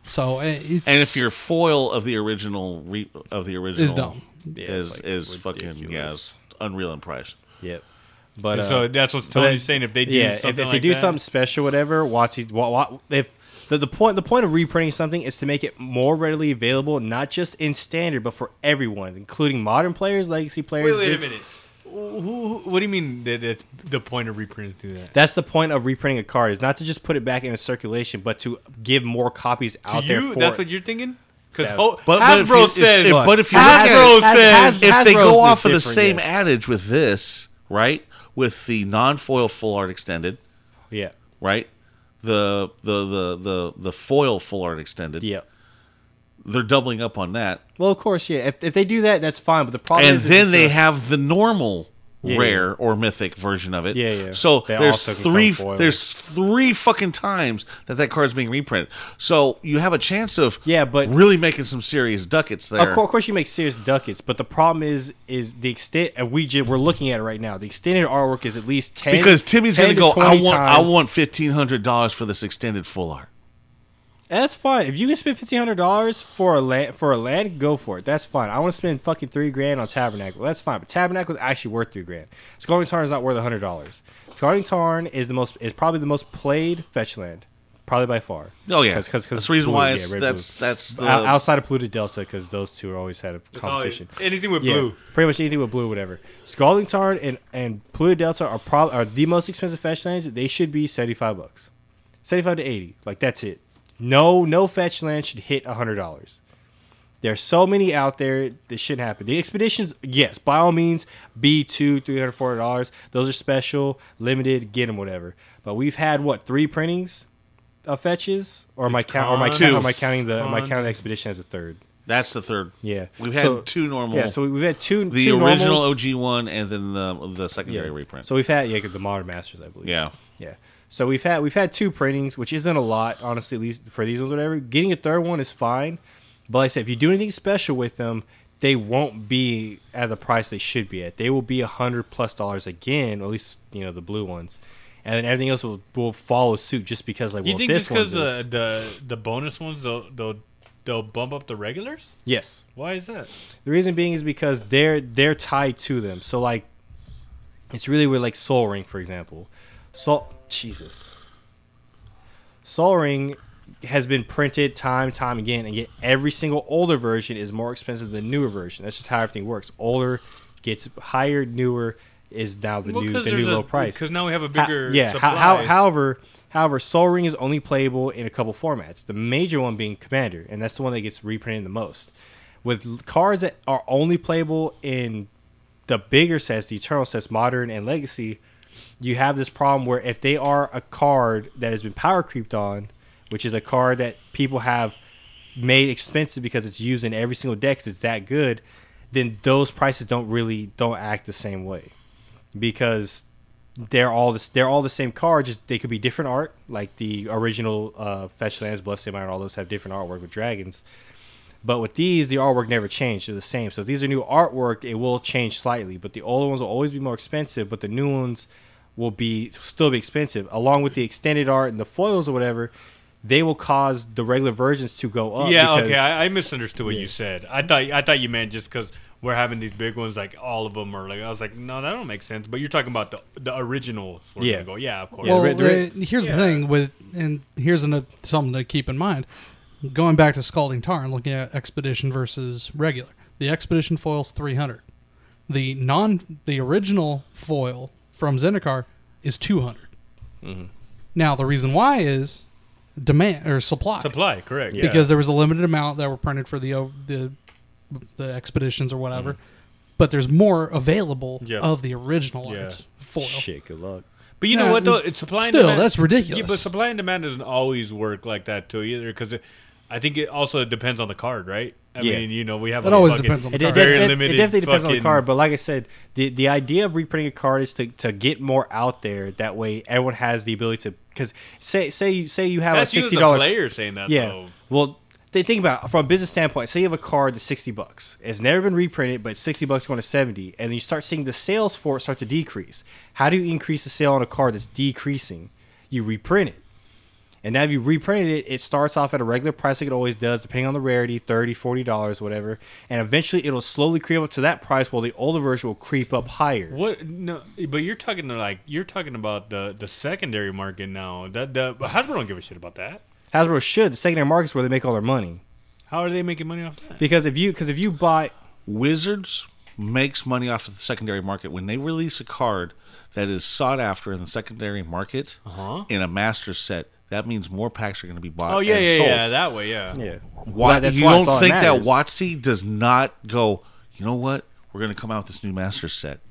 So eh, it's and if your foil of the original re- of the original dumb. Yeah, is it's like is fucking yeah, ridiculous. it's unreal in price. Yep. But uh, so that's what but- Tony's saying. If they do yeah, if, something, if they like do that, something special, whatever, Watsy's wa- wa- if the, the point the point of reprinting something is to make it more readily available, not just in standard, but for everyone, including modern players, legacy players. Wait, wait a vids. minute. Who, who, what do you mean that, that the point of reprints do that? That's the point of reprinting a card is not to just put it back into circulation, but to give more copies To out there. you, For that's what you're thinking. Because Yeah. oh, But- but if Hasbro you- if- says, if- but if you look at Hasbro it- says, Has- if they Hasbro's go is off of the different, same yes. adage with this, right? With the non-foil full art extended, yeah, right? The the the the the foil full art extended. yeah. They're doubling up on that. Well, of course, yeah. If, if they do that, that's fine. But the problem And is, is then it's they a- have the normal Yeah, rare or mythic version of it. Yeah, yeah. So They there's also can three come foil. there's three fucking times that that card's being reprinted. So you have a chance of Yeah, but- really making some serious ducats there. Of course, of course, you make serious ducats, but the problem is, is the extent and we ju- we're looking at it right now. The extended artwork is at least ten. Because Timmy's 10 gonna go. I 20 want. I times." want fifteen hundred dollars for this extended full art. And That's fine. If you can spend fifteen hundred dollars for a land for a land, go for it. That's fine. I want to spend fucking three grand on Tabernacle. That's fine. But Tabernacle is actually worth three grand. Scalding Tarn is not worth hundred dollars. Scalding Tarn is the most is probably the most played fetch land, probably by far. Oh yeah, because because that's the reason why it's, that's that's the outside of Polluted Delta because those two are always had a competition. anything with Yeah, blue. Pretty much anything with blue, whatever. Scalding Tarn and and Pluto Delta are probably are the most expensive fetch lands. They should be seventy five bucks, seventy five to eighty. Like that's it. No, no fetch land should hit hundred dollars. There's so many out there that shouldn't happen. The expeditions, yes, by all means, B two, three hundred, four hundred dollars. Those are special, limited. Get them, whatever. But we've had what three printings of fetches, or am I count, or am I con- count- or am I counting the, am I Con- counting the expedition as a third? that's the third. Yeah. we've had So- two normal. Yeah, so we've had two the two original normals. OG one and then the the secondary reprint. So we've had yeah 'cause the modern masters, I believe. yeah, yeah. So we've had we've had two printings, which isn't a lot, honestly. At least for these ones, whatever. Getting a third one is fine, but like I said, if you do anything special with them, they won't be at the price they should be at. They will be a hundred plus dollars again, or at least you know the blue ones, and then everything else will, will follow suit just because like You well think this just because one's the, this. the the bonus ones they'll they'll they'll bump up the regulars. Yes. Why is that? The reason being is because they're they're tied to them. So like, it's really with like Soul Ring, for example. Soul Jesus. Soul Ring has been printed time time again, and yet every single older version is more expensive than newer version. That's just how everything works. Older gets higher, newer is now the new the new low price. Because now we have a Ho- bigger yeah. Supply. How, how, however, however, Soul Ring is only playable in a couple formats. The major one being Commander, and that's the one that gets reprinted the most. With l- cards that are only playable in the bigger sets, the Eternal sets, Modern and Legacy, you have this problem where if they are a card that has been power creeped on, which is a card that people have made expensive because it's used in every single deck, 'cause it's that good, then those prices don't really don't act the same way because they're all this they're all the same card just they could be different art like the original uh fetch lands blessed mine all those have different artwork with dragons but with these the artwork never changed they're the same so if these are new artwork it will change slightly but the older ones will always be more expensive but the new ones will be still be expensive along with the extended art and the foils or whatever they will cause the regular versions to go up yeah, Uh, because- okay. I, I misunderstood what you said. I thought I thought you meant just because we're having these big ones, like all of them are like. I was like, no, that don't make sense. But you're talking about the the original. We're Yeah. gonna go, yeah, of course. well, the re- uh, here's the thing with, and here's an, uh, something to keep in mind. Going back to Scalding Tar and looking at Expedition versus regular, the Expedition foil's 300. The non, the original foil from Zendikar is 200. Mm-hmm. Now the reason why is demand or supply, Supply, correct. yeah. because there was a limited amount that were printed for the o- the the expeditions or Mm-hmm. whatever. But there's more available Yeah. of the original Yeah. arts foil. shit good luck But you No, know what though, it- it's supply still, and demand. that's ridiculous. Yeah, but supply and demand doesn't always work like that too either, because I think it also depends on the card, right? I Yeah. mean, you know, we have It a always fucking- depends on the It, card. it, Very it- it limited definitely depends on the fucking- card, but like I said, the the idea of reprinting a card is to, to get more out there. That way, everyone has the ability to because say say you say you have That's a you as sixty the dollar player saying that. yeah. though. Well, they think about it from a business standpoint. Say you have a card that's sixty bucks. It's never been reprinted, but it's sixty bucks going to seventy, and you start seeing the sales for it start to decrease. How do you increase the sale on a card that's decreasing? You reprint it. And now if you reprinted it, it starts off at a regular price like it always does, depending on the rarity, $30, $40, whatever. And eventually it'll slowly creep up to that price while the older version will creep up higher. What no, but you're talking to like you're talking about the the secondary market now. That the but Hasbro don't give a shit about that. Hasbro should. The secondary market's where they make all their money. How are they making money off that? Because if you because if you buy Wizards makes money off of the secondary market when they release a card that is sought after in the secondary market in a master set. That means more packs are going to be bought. Uh-huh. Oh yeah, and yeah, sold. yeah. That way, yeah. Yeah. Why, that's you why it's all don't that think that matters. Watsy does not go? You know what? We're going to come out with this new master set.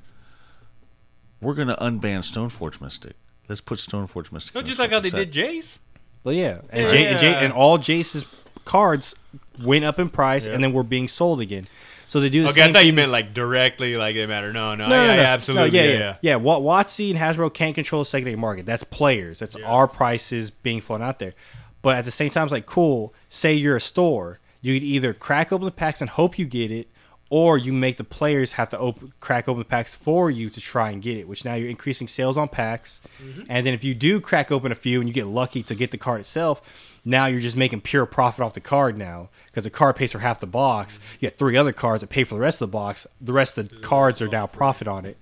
We're going to unban Stoneforge Mystic. Let's put Stoneforge Mystic. No, in just this like how they fucking did set. Jace. Well, yeah, and Jay, and, Jay, Yeah. and all Jace's cards went up in price, and then were being sold again. So they do the Okay, same I thought you thing- meant like directly, like it matter. No, no, No, no, yeah, yeah, no, no, absolutely, yeah, yeah, yeah, yeah. What Watsy and Hasbro can't control the secondary market. That's players. That's our prices being flown out there. But at the same time, it's like cool. Say you're a store, you could either crack open the packs and hope you get it, or you make the players have to open, crack open the packs for you to try and get it. Which now you're increasing sales on packs, and then if you do crack open a few and you get lucky to get the card itself. Now you're just making pure profit off the card now because the card pays for half the box. You got three other cards that pay for the rest of the box. The rest of Mm-hmm. the cards are now profit on it.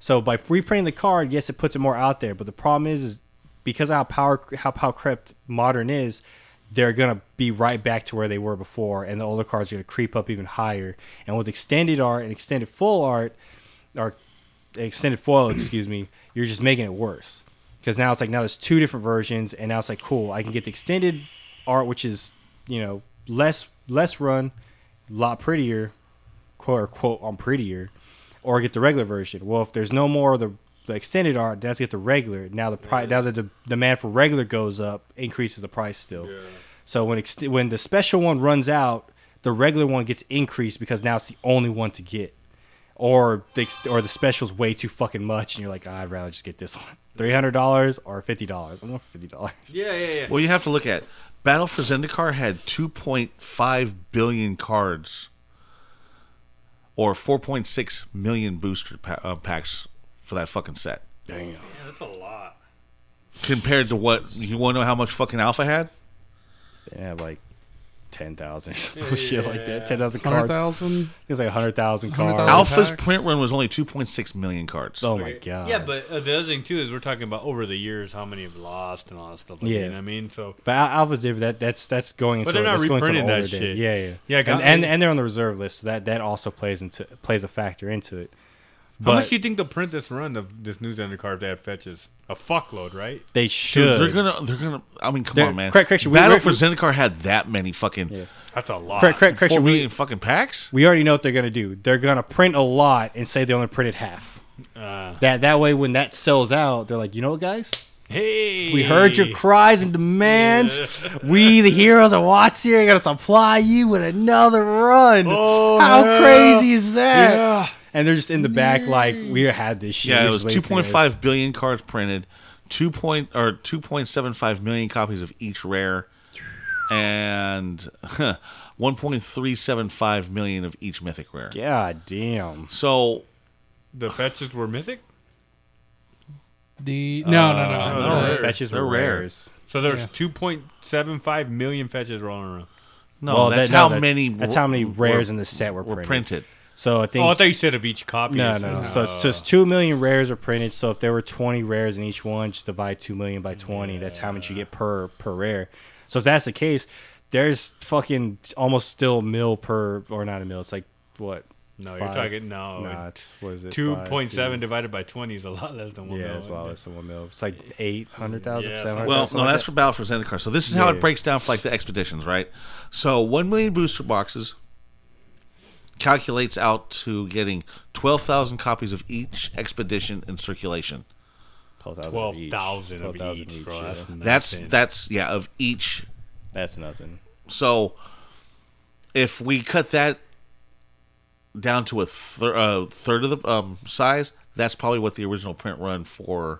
So by reprinting the card, yes, it puts it more out there. But the problem is, is because of how power how power crept modern is, they're gonna be right back to where they were before, and the older cards are gonna creep up even higher. And with extended art and extended full art, or extended foil, excuse me, you're just making it worse. Because now it's like now there's two different versions, and now it's like cool, I can get the extended art, which is you know less less run, a lot prettier, quote or quote on prettier, or get the regular version. Well, if there's no more of the, the extended art, then I have to get the regular. Now the pri- now that the demand for regular goes up, increases the price still. So when ex- when the special one runs out, the regular one gets increased because now it's the only one to get. Or the ex- or the special's way too fucking much, and you're like, I'd rather just get this one, three hundred dollars or fifty dollars. I'm going for fifty dollars. yeah, yeah, yeah. Well, you have to look at Battle for Zendikar had 2.5 billion cards or 4.6 million booster pa- uh, packs for that fucking set. That's a lot. Compared to what you want to know how much fucking Alpha had? They have like ten thousand, shit like that. Ten thousand Hundred cards. It thousand. was like hundred thousand cards. 100,000. Alpha's Pack. print run was only 2.6 million cards. Oh my god. Yeah, but uh, the other thing too is we're talking about over the years how many have lost and all that stuff. Like, Yeah. you know what I mean, so But Al- Alpha's different. That that's that's going into they're not that's going into reprinting the that older day. shit. Yeah, yeah, Yeah, And, got- and and they're on the reserve list, so that that also plays into plays a factor into it. how But much do you think they'll print this run of this news undercard if they have fetches? A fuckload, right? they should. Dude, they're gonna, they're gonna. I mean, come They're- on, man. Craig Christian, we- Battle we- for Zendikar had that many fucking Yeah. That's a lot. Correct, correct, correct. four We, million fucking packs. we already know what they're gonna do. They're gonna print a lot and say they only printed half. Uh, That that way, when that sells out, they're like, you know what, guys, hey, we heard your cries and demands. we, the heroes of Watts here, are gonna supply you with another run. Oh, How yeah. crazy is that? Mm. Yeah. And they're just in the back, like we had this shit. Yeah, We're it was just waiting for this." 2.5 billion cards printed, two point or 2.75 million copies of each rare, and 1.375 million of each mythic rare. God damn. So the fetches were mythic, The no, no, no. no, Uh, no. They're- fetches Oh, they're were rare. rares. so there's 2.75 million fetches rolling around. no, Well, Oh, that's that- no, how that- many. That's were- how many rares were, in the set were, were printed. printed. So I think. Oh, I thought you said of each copy. Oh, no, You said- no, So it's Uh. just two million rares are printed. So if there were twenty rares in each one, just divide two million by twenty. That's how much you get per per rare. So if that's the case, there's fucking almost still mil per or not a mil. It's like what? No, you're talking- no, Nah, it's it's what is it? two five, point seven two- divided by twenty is a lot less than one. Yeah, mil, it's a isn't lot it? less than one mil. It's like eight hundred thousand, Yeah, seven hundred thousand. Well, no, like that's for that. Battle for Zendikar. So this is how Yeah, it yeah. breaks down for like the expeditions, right? So one million booster boxes calculates out to getting twelve thousand copies of each expedition in circulation. Twelve 12,000 each. thousand of 12,000 each. bro, yeah. that's That's nothing. that's yeah of each. That's nothing. So if we cut that down to a thir- uh, third of the um, size, that's probably what the original print run for um,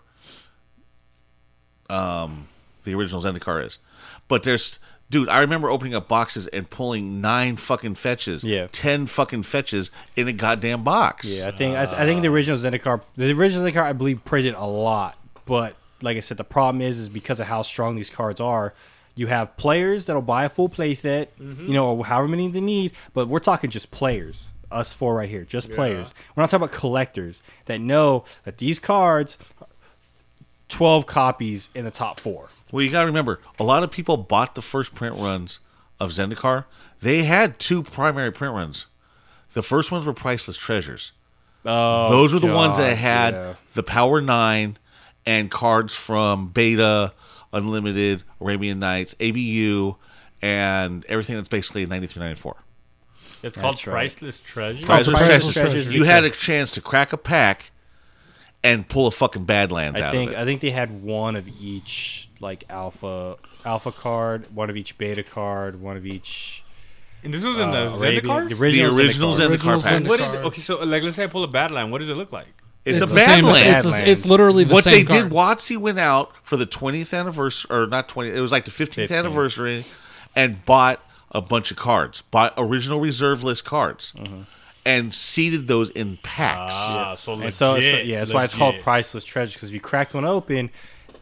the original Zendikar is. But there's, dude, I remember opening up boxes and pulling nine fucking fetches, Yeah. ten fucking fetches in a goddamn box. Yeah, I think I, I think the original Zendikar, the original Zendikar, I believe printed a lot, but like I said, the problem is is because of how strong these cards are. You have players that'll buy a full playset, you know, or however many they need, but we're talking just players, us four right here, just players. We're not talking about collectors that know that these cards, twelve copies in the top four. Well, you got to remember, a lot of people bought the first print runs of Zendikar. They had two primary print runs. The first ones were priceless treasures. Those were the ones that Oh, God, had yeah. the Power Nine and cards from Beta, Unlimited, Arabian Nights, ABU, and everything that's basically 93, 94. It's called That's right. priceless treasure. Priceless Oh, Priceless treasures. Treasures. You had a chance to crack a pack and pull a fucking Badlands I out think of it. I think they had one of each like alpha alpha card, one of each beta card, one of each And this was in uh, the Arabian- Zendikar. the the original, original Zendikar. Zendikar, Original pack. Zendikar. What is Sorry. okay? So, like, let's say I pull a bad line. What does it look like? Oh, It's, a the same- Badlands. It's, Badlands. it's literally the what same they card. did, Watsy went out for the 20th anniversary, or not 20, it was like the 15th 15th. anniversary, and bought a bunch of cards, bought original reserve list cards, Mm-hmm. and seeded those in packs. Ah, so And legit, so, so- yeah, that's why it's called legit. priceless treasure because if you cracked one open,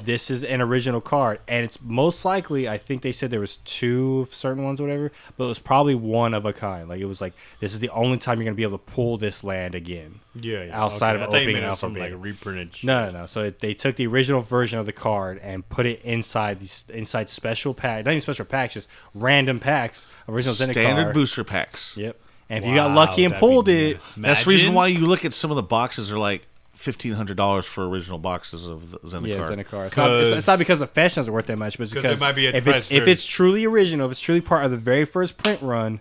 this is an original card, and it's most likely. I think they said there was two of certain ones, or whatever, but it was probably one of a kind. Like it was like this is the only time you're gonna be able to pull this land again. Yeah, yeah. outside okay. of I thought you opening meant it it was up for some, like beta. reprinted. No, no, no. So it, they took the original version of the card and put it inside these inside special pack, not even special packs, just random packs. Original Zendikar. Standard booster packs. Yep. And if you got lucky and pulled it, That's the reason why you look at some of the boxes are like $1,500 for original boxes of the Zendikar. yeah, Zendikar. It's not, it's, it's not because the fashions are worth that much, but it's 'Cause because it might be a if it's treasure. if it's truly original, if it's truly part of the very first print run,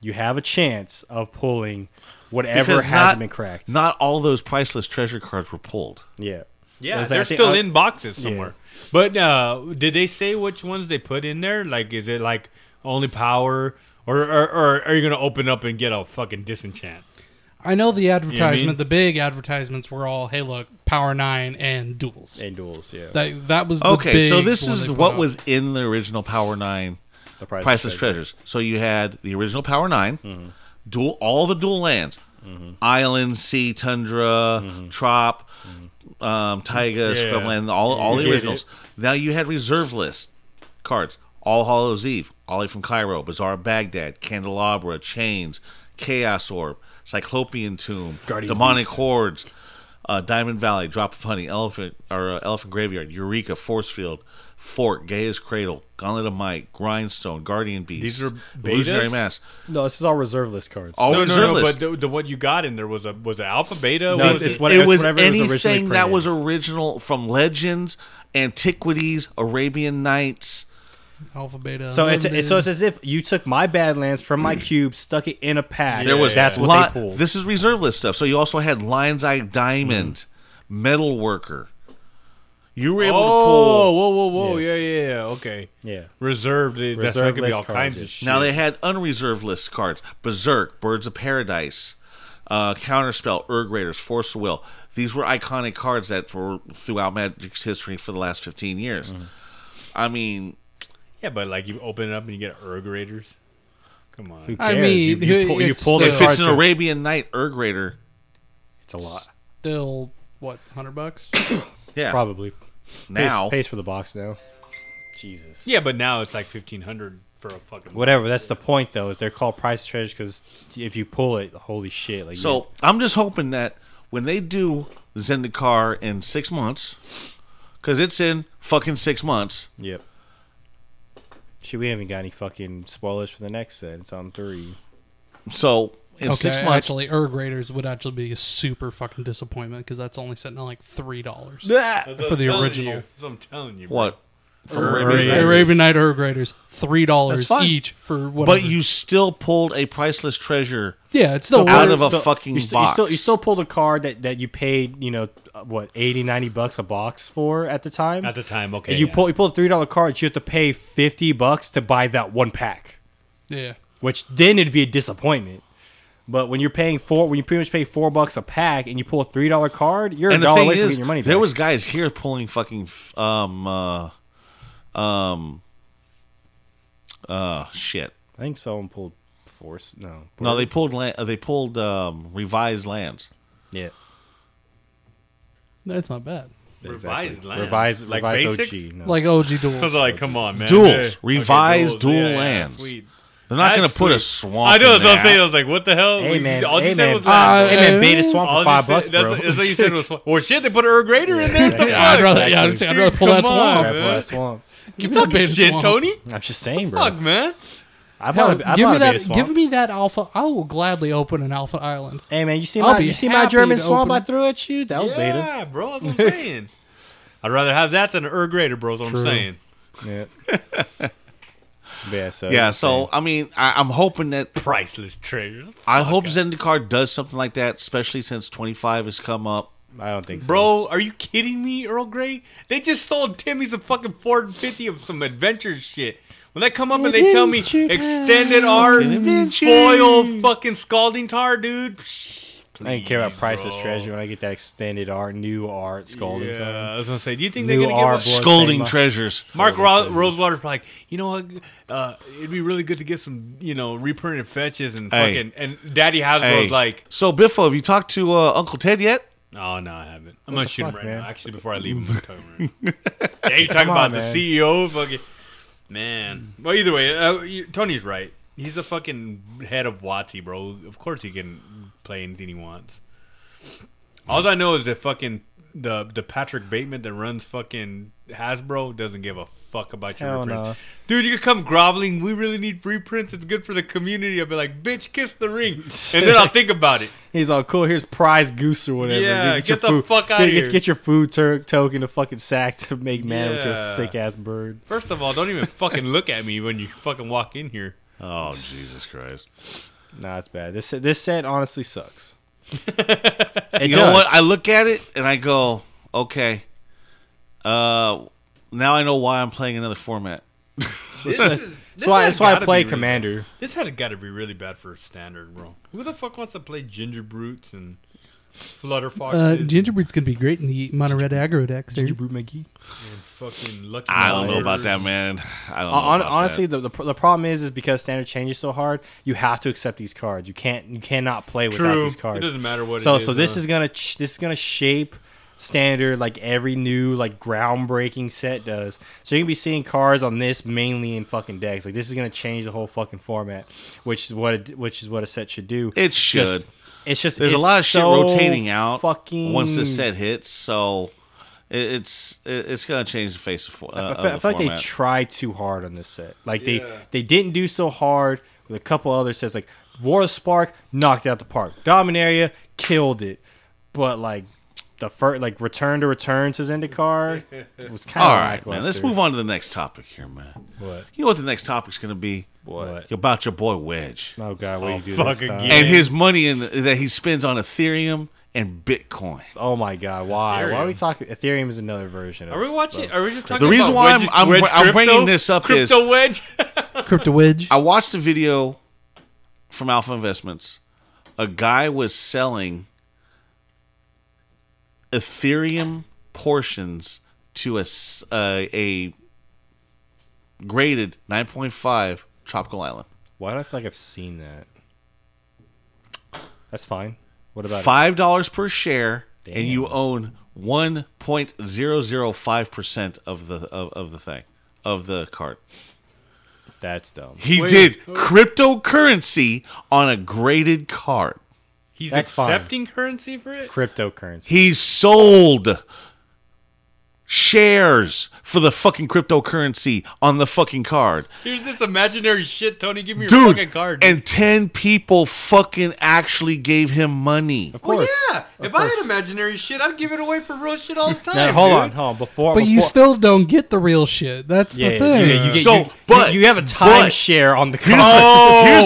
you have a chance of pulling whatever Because hasn't not- been cracked. Not all those priceless treasure cards were pulled. yeah. It Yeah, was like, they're I think- still I- in boxes somewhere. But uh, did they say which ones they put in there? Like, is it like only power, or or, or are you gonna open up and get a fucking disenchant? I know the I mean? advertisement. The big advertisements were all, "Hey, look, Power Nine and duels." in duels. Yeah. That that was the Okay, so big this one is they put what out. was in the original Power 9 the priceless, Priceless treasure. Treasures. So you had the original Power 9 dual all the dual lands, Island, Sea, Tundra, Trop, um, Taiga, Yeah. Scrubland, all all the Yeah. originals. Now you had reserve list cards, All Hallows Eve, Ollie from Cairo, Bazaar of Baghdad, Candelabra, Chains, Chaos Orb, Cyclopean Tomb, Demonic Hordes, uh, Diamond Valley, Drop of Honey, Elephant or uh, Elephant Graveyard, Eureka, Force Field, Fort, Gaia's Cradle, Gauntlet of Might, Grindstone, Guardian Beast, These are Illusionary betas? Mass, No, this is all reserve list cards. all no, reserve no, no, list. but the, the what you got in there was a was it alpha beta? No, was it's it- what- it it's was whatever it was anything originally that printed. was original from legends, antiquities, Arabian Nights. Alpha beta. So it's, London. it's so it's as if you took my Badlands from my cube, stuck it in a pack. There was that's what lot- they pulled. This is reserve list stuff. So you also had Lion's Eye Diamond, Mm-hmm. Metal Worker. You were able oh, to pull. whoa, whoa, whoa, Yes. yeah, yeah, yeah, okay. yeah, Reserved, it- that's Reserve not gonna be list all kinds cards, of shit. Now they had unreserved list cards: Berserk, Birds of Paradise, uh, Counterspell, Urg Raiders, Force of Will. These were iconic cards that were throughout Magic's history for the last fifteen years. I mean, yeah, but like you open it up and you get erg raiders. Come on, who I cares? you, mean, you, pull, you it's pull the still- if it's cards. an from- Arabian Night Urg Raider, It's a lot, still what hundred bucks. yeah, probably. now pays, pays for the box now. Jesus. yeah, but now it's like fifteen hundred for a fucking. Whatever. That's the point, though. Is they're called price treasures because if you pull it, holy shit! Like So I'm just hoping that when they do Zendikar in six months, because it's in fucking six months. Yep. Shit, we haven't got any fucking spoilers for the next set. It's on three. So in okay, six months, actually, Erg Raiders would actually be a super fucking disappointment because that's only sitting at like three dollars. For the original. That's what I'm telling you. bro. what? From Urg Arabian Raiders. Nights? Arabian Night Erg Raiders, three That's dollars fine. each for whatever. But you still pulled a priceless treasure. yeah, it's still out worth- of a Still- fucking you still, You still, you box. still pulled a card that, that you paid, you know, uh, what, 80, 90 bucks a box for at the time. At the time, okay. and you yeah. pull you pull a three dollar card, you have to pay fifty bucks to buy that one pack, yeah. which then it'd be a disappointment. But when you're paying four, when you pretty much pay four bucks a pack, and you pull a three dollar card, you're And the a dollar thing away from is, getting your money back. there was guys here pulling fucking f- um uh, um uh shit. I think someone pulled force. No, No, they pulled land, uh, they pulled um, revised lands. yeah, That's not bad. revised land, revised like revised basics? OG. No. Like OG I was duels. like, come on, man. Duels. Yeah. Revised dual yeah, yeah, lands. sweet. They're not going That's to put a sweet. swamp. I know. in That's what I'm that. saying. I was like, what the hell? hey man, All you hey said man, Uh, was land, hey bro. man, beta swamp All for you five said- bucks, that's, bro. What, that's what you said was swamp. Well, shit, they put an Earl Grader in there. What the Yeah, I'd fuck? rather, yeah, I'd, say- I'd rather pull that Come on, swamp. Grab man. all that swamp. Give me that Fucking beta shit, swamp. Tony. I'm just saying, bro. Fuck, man. I Hell, bought a, I give bought me a beta that. swamp. Give me that alpha. I will gladly open an alpha island. hey man, you see I'll my be you see my happy German to swamp I open it. threw at you? That was beta. Yeah, bro. That's what I'm saying. I'd rather have that than an Earl Grader, bro. That's what I'm saying. Yeah. yeah. So Yeah, so I mean, I, I'm hoping that Priceless treasures. I hope Zendikar does something like that, especially since 25 has come up. I don't think so. Bro, are you kidding me, Earl Grey? They just sold Timmy's a fucking 450 of some adventure shit. When they come up and they tell me extended art foil fucking scalding tar, dude. I didn't care about Priceless bro. Treasure when I get that extended art, new art, scalding Yeah, time. I was gonna say, do you think New they're gonna give R us blood Scolding Same. treasures. Mark Ro- Rosewater's like, you know what? Uh, it'd be really good to get some, you know, reprinted fetches and Hey. fucking. And Daddy Hasbro's Hey, like, so Biffo, have you talked to uh, Uncle Ted yet? oh no, I haven't. I'm gonna shoot him fuck, right man? now. Actually, before I leave him, I'm talking room. yeah, you talking Come about on, the E man. CEO, fucking man. Well, either way, uh, you, Tony's right. He's the fucking head of Watsy, bro. Of course, he can play anything he wants. All I know is that fucking the the Patrick Bateman that runs fucking Hasbro doesn't give a fuck about your Hell reprints. no. Dude, you can come groveling. We really need reprints. It's good for the community. I'll be like, bitch, kiss the ring, and then I'll think about it. He's all cool. Here's prize goose or whatever. Yeah, your get the food- fuck get- outta get, here. Get your food tur- token to fucking sack to make man with your Yeah. sick ass bird. First of all, don't even fucking look at me when you fucking walk in here. Oh, Jesus Christ. Nah, it's bad. This set- this set honestly sucks. it You know what? I look at it and I go, okay, uh, now I know why I'm playing another format. that's why, has that's why gotta I be play really Commander. This had got to be really bad for standard, bro. Who the fuck wants to play Ginger Brutes and Flutter Uh, Foxes Gingerbread's gonna be great in the mono red aggro decks. there. and fucking Lucky I don't know about Numbers? that, man. I don't know. Hon- about honestly, that. The, the pr- the problem is is because standard changes so hard, you have to accept these cards. You can't you cannot play without True. these cards. It doesn't matter what So it is, so this huh? is gonna ch- this is gonna shape standard like every new like groundbreaking set does. So you're gonna be seeing cars on this mainly in fucking decks. Like this is gonna change the whole fucking format, which is what a, which is what a set should do. It Just- should. it's just There's it's a lot of shit so rotating out Fucking once this set hits, so it, it's it, it's gonna change the face of, fo- uh, I of feel, I the feel like they format. tried too hard on this set. Like they they didn't do so hard with a couple other sets. Like War of Spark knocked it out the park. Dominaria killed it, but like the first like Return to Return to Zendikar was kind of All right, lackluster. man. Let's move on to the next topic here, man. What? You know what the next topic's gonna be? What? About your boy Wedge Oh god, what you do fuck this time? again. and his money in the, that he spends on Ethereum and Bitcoin. Oh my god, why? Why are we Ethereum. talking? Ethereum is another version. Of Are we watching? Are we just talking The reason about why wedge- I'm- I'm- wedge I'm crypto? bringing this up crypto is- wedge. Crypto Wedge. I watched a video from Alpha Investments. A guy was selling Ethereum portions to a s- uh, a graded 9.5 tropical island. Why do I feel like I've seen that? That's fine. What about Five dollars per share, Damn. and you own 1.005 percent of the of, of the thing of the card. it? That's dumb. He did cryptocurrency on a graded card. He's That's fine. accepting currency for it. Cryptocurrency. He sold shares for the fucking cryptocurrency on the fucking card. Here's this imaginary shit, Tony. Give me your Dude, fucking card. and 10 people fucking actually gave him money. Of course. yeah, if I had imaginary shit, I'd give it away for real shit all the time. Now hold dude. on, hold on. Before, But you before- still don't get the real shit. That's yeah, the yeah, thing. you, you get, So, you, but- you, you have a but- timeshare on the car. here's, Oh, here's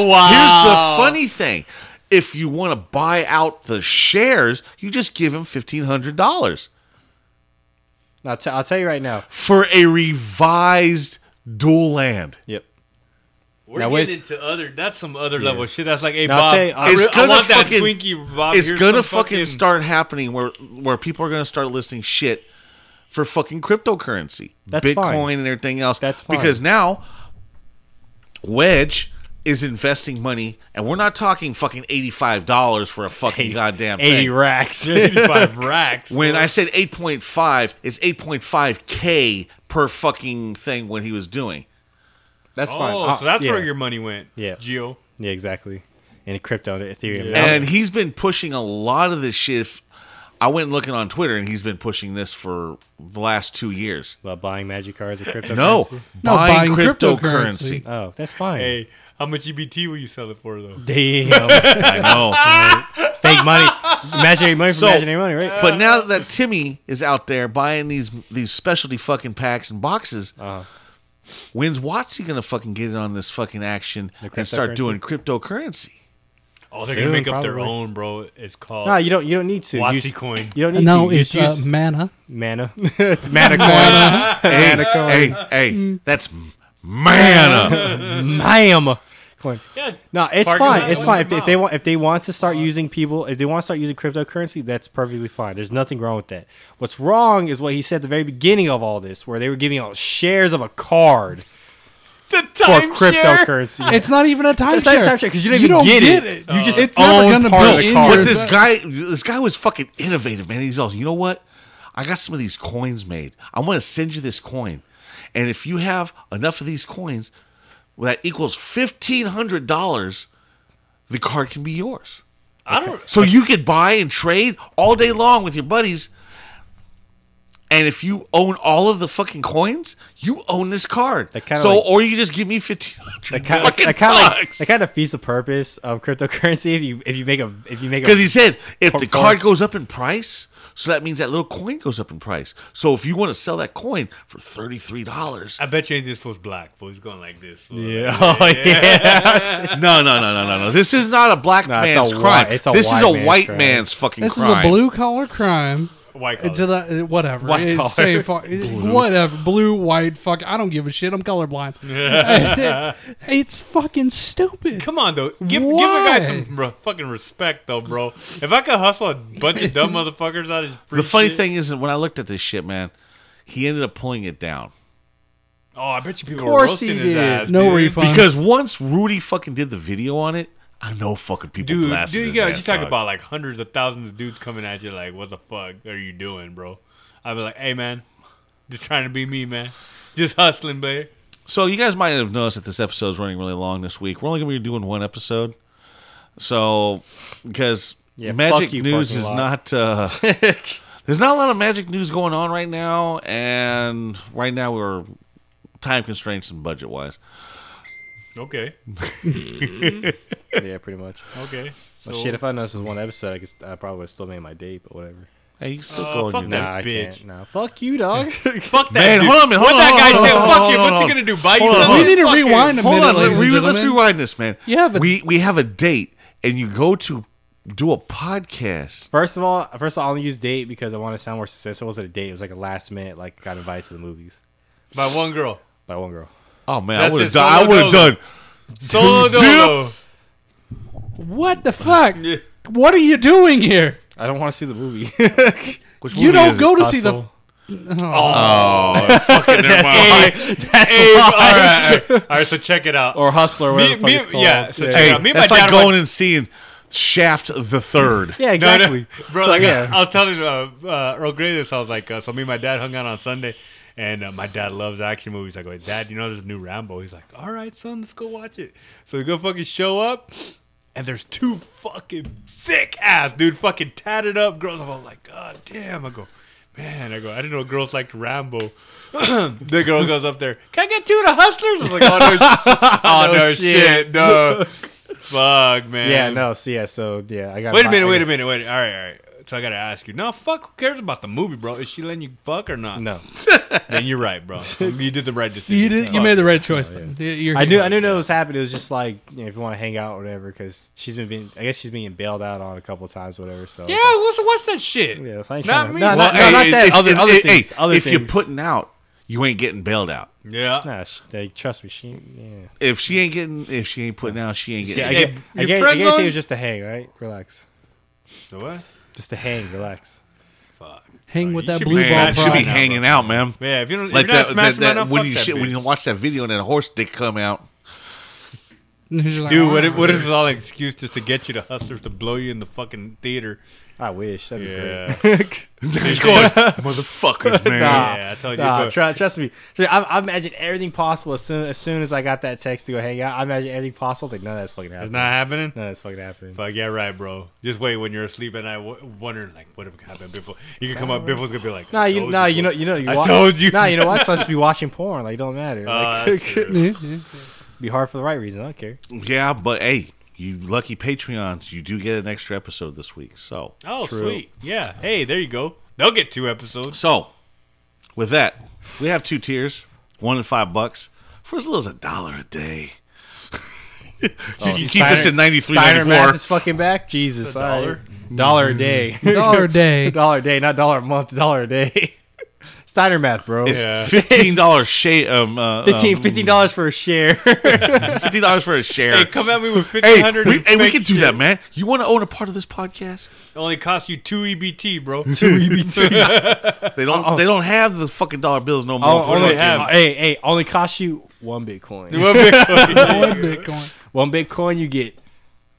the funny thing. If you want to buy out the shares, you just give him $1,500 Now, t- I'll tell you right now. for a revised dual land. Yep. We're Now, getting wait- into other. That's some other level shit. That's like, hey Now, I'll Bob, tell you- I, It's re- I gonna want that fucking- Twinkie, Bob. it's Here's gonna some fucking start happening where where people are gonna start listing shit for fucking cryptocurrency, That's Bitcoin, fine. and everything else. That's fine. because now Wedge is investing money, and we're not talking fucking eighty five dollars for a fucking goddamn thing. Eighty racks. 85 racks. When I said eight point five, it's eight point five k per fucking thing when he was doing. That's fine. oh, Uh, so that's yeah. where your money went. Yeah. Geo. yeah exactly. And crypto, and Ethereum. Yeah. And he's been pushing a lot of this shit. If- I went looking on Twitter, and he's been pushing this for the last two years. About buying magic cards or crypto. No, No, buying, buying cryptocurrency. Oh, that's fine. Hey, how much EBT will you sell it for though? Damn. I know. Fake money. Imaginary money for So- imaginary money, right? but now that Timmy is out there buying these these specialty fucking packs and boxes, when's Watsy gonna fucking get in on this fucking action and start cryptocurrency? doing cryptocurrency? Oh, they're Soon, gonna make up their probably. own, bro. It's called no, you don't. You don't need to. Watsy Use- coin. You don't need no, to. You it's just uh, use mana. mana. it's mana coin. Hey, hey, hey, that's mana. Ma'am. Coin. Yeah, No, it's Parking fine. lot It's with fine. your If, if mom. they want, if they want to start using people, if they want to start using cryptocurrency, that's perfectly fine. There's nothing wrong with that. What's wrong is what he said at the very beginning of all this, where they were giving out shares of a card the for time crypticurrency. It's not even a timeshare. It's not even timeshare 'cause you don't even get it. You just it's own never part of gonna the be in card. your But this guy, this guy was fucking innovative, man. He's all, you know what? I got some of these coins made. I'm gonna send you this coin, and if you have enough of these coins, that equals fifteen hundred dollars. The card can be yours. I don't. So you could buy and trade all day long with your buddies. And if you own all of the fucking coins, you own this card. That kinda so, like- or you just give me fifteen hundred kind of, fucking that kind of, like, bucks. that kind of feeds the purpose of cryptocurrency. If you if you make a if you make a Because he said if the Card. card goes up in price, so that means that little coin goes up in price. So if you want to sell that coin for thirty three dollars, I bet you ain't this fool's black. Fool, he's going like this. Fool. yeah, oh yeah, no, no, no, no, no, no. This is not a black No, it's a man's whi- crime. it's a this is white a man's white crime. man's fucking This crime. is a blue collar crime. White Uh, To collar. the, uh, whatever. White It's collar. same fu- Whatever. Blue, white, fuck. I don't give a shit. I'm colorblind. it's fucking stupid. Come on though, give, give a guy Why? some re- fucking respect though, bro. If I could hustle a bunch of dumb motherfuckers out of his The free funny shit- thing is that when I looked at this shit, man, he ended up pulling it down. oh, I bet you people course were roasting he his did. ass. no dude. refund. Because once Rudy fucking did the video on it, I know fucking people Dude, blasted dude, his you, got- ass, you talk dog. about like hundreds of thousands of dudes coming at you like, what the fuck are you doing, bro? I'd be like, hey, man, just trying to be me, man. Just hustling, babe. So you guys might have noticed that this episode is running really long this week. We're only going to be doing one episode. So because Yeah, magic fuck you, news parking is not lot. uh, there's not a lot of magic news going on right now, and right now we're time constraints and budget wise. Okay. yeah, pretty much. Okay. Well, so- shit, if I know this was one episode, I, could, I probably would have still made my date, but whatever. Hey, you can still Oh, go on fuck your that Nah, I bitch. can't. Nah, fuck you, dog. Fuck that. Man, dude. hold on a minute, What hold on, that guy hold on, said? hold on, Fuck hold you. on, What's hold he on. gonna do? Bite you? Hold on, some hold on. We need to fucking- rewind a Hold minute, on, let, ladies and re- let's gentlemen. rewind this, man. Yeah, but- we we have a date, and you go to do a podcast. First of all, first of all, I only use date because I want to sound more suspicious. It wasn't a date. It was like a last minute, like got invited to the movies By one girl. by one girl. Oh man, That's I would it, have done. I solo would have dolo. done. Solo dolo. What the fuck? Yeah. What are you doing here? I don't want to see the movie. Which You don't go to see the. Hustle. Oh, fucking never mind. Abe, all right, all right. All right, so check it out. or Hustler, Me- whatever the fuck me- it's called. yeah, so check it Hey, out. Me and my that's dad like are going and seeing Shaft the Third. No, yeah, no, exactly. Bro, So, like, yeah. I was telling uh, uh, Earl Grey this. I was like, uh, so me and my dad hung out on Sunday, and uh, my dad loves action movies. I go, Dad, you know there's a new Rambo. He's like, all right, son, let's go watch it. So we go fucking show up, and there's two fucking thick ass dude, fucking tatted up girls. I'm all like, God damn. I go, man. I go, I didn't know girls liked Rambo. the girl goes up there. Can I get two of the hustlers? I was like, oh no, shit. oh, no shit. no. Fuck man. yeah, no, so yeah, so yeah, I got. Wait a minute, wait a minute, wait. All right, all right. So I gotta ask you. No, fuck. Who cares about the movie, bro? Is she letting you fuck or not? No, Then you're right, bro. You did the right decision. You did. You Oh, Fuck. made the right choice. Then. You- You're I knew, I knew that was happening. It was just like you know, if you want to hang out, or whatever, because she's been being, I guess she's being bailed out on a couple of times, whatever. So I was Yeah, like, who wants to watch that shit? yeah, so I ain't Not tryna- me. No, Well, no, no, hey, not it- that. it- Other, it- other hey, things. Other if you're things. putting out, you ain't getting bailed out. yeah. Nah, sh- they, trust me, she. Yeah. If she ain't getting, if she ain't putting out, she ain't getting. I, Hey, gu- I, your guess, I friends guess on- it was just a hang, right? Relax. So what? Just a hang, relax. hang with You that should be blue Man, ball I should be pride. hanging out, man. Yeah, if you don't, Like if you're that, not that, smashing that, that when when you shit, when you watch that video and that horse dick come out. He's just like, "Oh, Dude, what if, what if it's all an excuse just to get you to hustlers to blow you in the fucking theater? I wish. That'd be great. Yeah, He's going, motherfuckers, man. yeah, I told you. Nah, bro. tru- trust me. Tru- I, I imagined everything possible as soon as soon as I got that text to go hang out. I imagined everything possible. I was like, none of that's fucking it's happening. not happening. none of that's fucking happening. Fuck yeah, right, bro. Just wait when you're asleep at night, w- wondering like what if happened before. You can come up, Biffle's gonna be like, Nah, I you, told nah, you bro. know, you know, you. I told you. Nah, you know what? So I just be watching porn. Like, don't matter. Uh, Like, that's true. Uh, be hard for the right reason. I don't care. Yeah, but hey, you lucky Patreons, you do get an extra episode this week. So, Oh, sweet. Yeah. Hey, there you go. They'll get two episodes. so with that, we have two tiers, one and five bucks for as little as a dollar a day. you can keep Oh, Steiner- us at ninety three Steiner ninety math is four. fucking back. Jesus, a all dollar? right. dollar a day, Dollar a day. dollar a day, not dollar a month, dollar a day. Steiner math, bro. It's Yeah. fifteen dollars share. Um, uh, Fifteen, um, fifteen dollars for a share. fifteen dollars for a share. Hey, come at me with Hey, fifteen hundred. we, hey, we can do that, man. You want to own a part of this podcast? Only cost you two EBT, bro. Two EBT. They don't. They don't have the fucking dollar bills no more. Oh, for only they have. Hey, hey, only cost you one Bitcoin. One Bitcoin. One Bitcoin, you get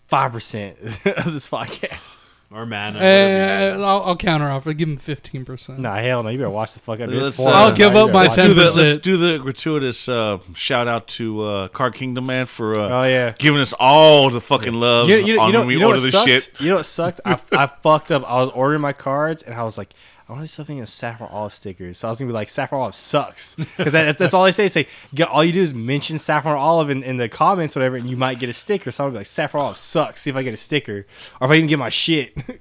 five percent of this podcast. or mana. whatever Uh, I'll, I'll counter offer. Give him fifteen percent. Nah, hell no. You better watch the fuck out of Let's, this. uh, forum. I'll Nah, give you up better my watch- let's do the 10%. let's do the gratuitous uh, shout out to uh, Car Kingdom man for uh, Oh, yeah. giving us all the fucking love You, you, you, on know, when we you know what order this sucked? shit. You know what sucked? I, I fucked up. I was ordering my cards and I was like, I wanted something with Saffron Olive stickers. So I was gonna be like, Saffron Olive sucks because that, that's all they say. Is like, you got- all you do is mention Saffron Olive in, in the comments, whatever, and you might get a sticker. So I'm like, Saffron Olive sucks. See if I get a sticker or if I even get my shit.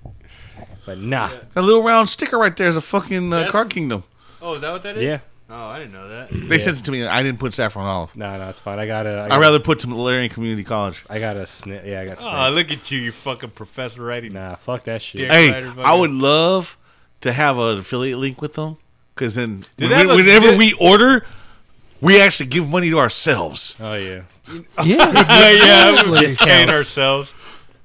but nah, That little round sticker right there is a fucking uh, Car Kingdom. you- Oh, is that what that is? yeah, Oh, I didn't know that. They sent it to me. and I didn't put saffron olive. nah, nah, it's fine. I got a. I I got, rather put to Malarian Community College. I got a snip. Yeah, I got. Snip. Oh, look at you, you fucking professor writing. Nah, fuck that shit. Yeah. Hey, Riders, I would love to have an affiliate link with them because then when Did they we- have a- whenever did- we order, we actually give money to ourselves. Oh yeah. Yeah, Yeah, yeah, we Definitely. were paying ourselves.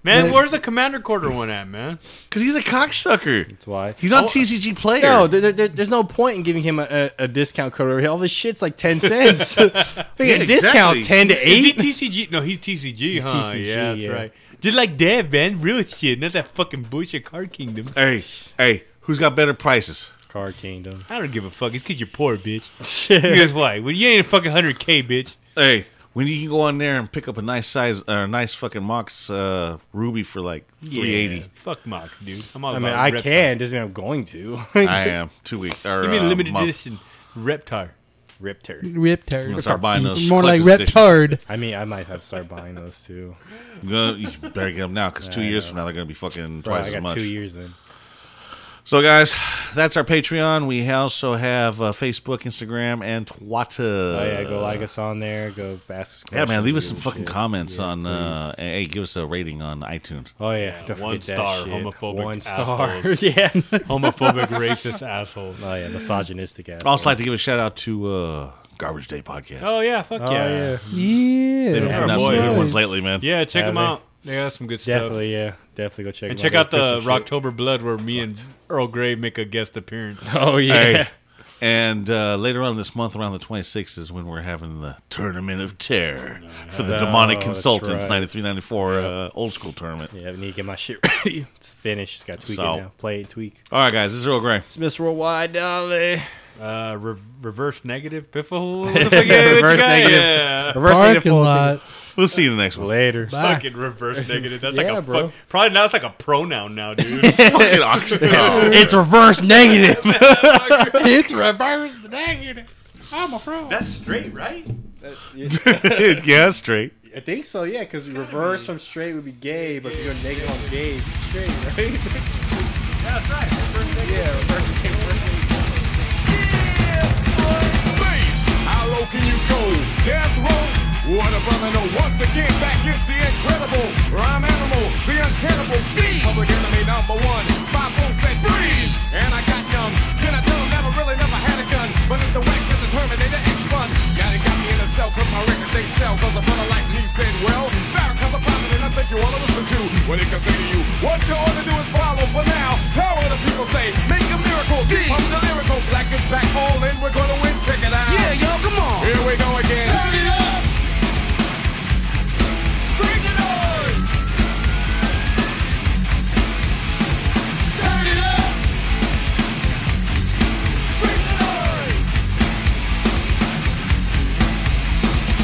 Man, Like- where's the commander quarter one at, man? Because he's a cocksucker. That's why. He's on Oh, TCG Player. No, there, there- there- there's no point in giving him a, a, a discount code over here. All this shit's like ten cents. Like a exactly. discount ten to Is he eight. TCG? No, he's TCG, huh? TCG, yeah, that's yeah. right. Just like Dev, man. Real shit. Not that fucking bullshit card kingdom. hey, hey, who's got better prices? Card Kingdom. I don't give a fuck. It's because you're poor, bitch. Guess why? Well, you ain't a fucking 100K, bitch. Hey, when you can go on there and pick up a nice size or a nice fucking Mox uh, ruby for like three eighty. Yeah, Fuck Mox, dude. I'm all I about mean, I Reptar. can. Doesn't mean I'm going to. I am two week or Give me a uh, limited month. edition Reptar. Ripter. I'm Riptard. gonna start buying those. More like collector's editions. Reptard. I mean, I might have to start buying those too. I'm gonna- You better get them now because two years from now they're gonna be fucking Bro, twice I as got much. two years then. So, guys, that's our Patreon. We also have uh, Facebook, Instagram, and Twitter. Oh yeah, go like us on there. Go Uh, ask us. Yeah, man, questions, leave do us some shit. fucking comments on. Uh, and, hey, give us a rating on iTunes. Oh yeah, don't one forget that star, shit. homophobic One star. assholes. yeah. Homophobic, racist asshole. Oh yeah, misogynistic ass. I'd also like to give a shout out to uh, Garbage Day Podcast. Oh, yeah. Fuck Oh, yeah. yeah. Yeah. They've been putting out boy. some good ones Nice. lately, man. Yeah, check Have them they? out. They got some good stuff. Definitely, yeah. Definitely go check And them check They out fix the some shit. Rocktober Blood where me and Earl Grey make a guest appearance. Oh yeah. Hey, and uh, later on this month, around the 26th, is when we're having the Tournament of Terror for the Demonic that's Consultants right. 93 94 uh, old school tournament. Yeah, I need to get my shit ready. It's finished. It's got tweak So. it now. Play it, tweak. All right, guys, this is Earl Grey. It's Miss Worldwide Dolly. Uh, re- reverse negative piffle. What the fuck, yeah, what you Reverse got? negative. Yeah. Reverse native Parking full- lot. We'll see you in the next one. Later. Bye. Fucking reverse negative. That's Ah. Yeah, like a bro. fuck. Probably now it's like a pronoun now, dude. Fucking oxygen. It's reverse negative. it's reverse negative. I'm a pro. That's straight, right? yeah, straight. I think so, yeah, because reverse from straight would be gay, but if you go negative on gay, it's straight, right? Face. How low can you go? Death row? What a brother, no. Once again, back is the incredible rhyme animal, the uncannibal D. Public enemy number one, five folks said freeze. And I got numb. Can I tell them never really never had a gun? But it's the wax that the Terminator X one. Now they got me in a cell, cause my records they sell. Cause a brother like me said, well, Farrakhan's a prophet and I think you wanna listen to what he can say to you. What you ought to do is follow for now. How are the people say? Make a miracle. D. I'm the lyrical. Black is back, all in. We're gonna win. Check it out. Yeah, yo, come on. Here we go again. Turn it up. Bring the noise. Turn it up. Bring the noise.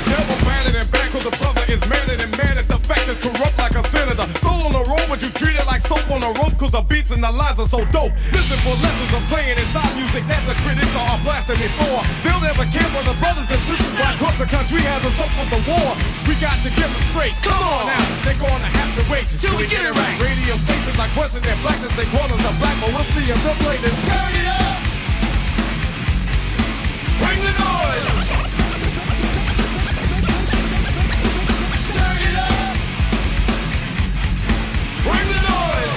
Never batted and back cause the brother is madder than mad at the fact is corrupt like a senator. Soul on the road, but you treat it like soap on a rope cause the beats and the lines are so dope. Listen for lessons of saying inside music that the critics are all blasting before. They'll never care for the brothers and sisters why cause the country has us up with the war. We got to get them straight. Come on now, they're gonna have to wait Till we get it right. Radio stations I question their blackness, they call us a black, but we'll see if they'll play this. Turn it up! Bring the noise! Turn it up! Bring the noise!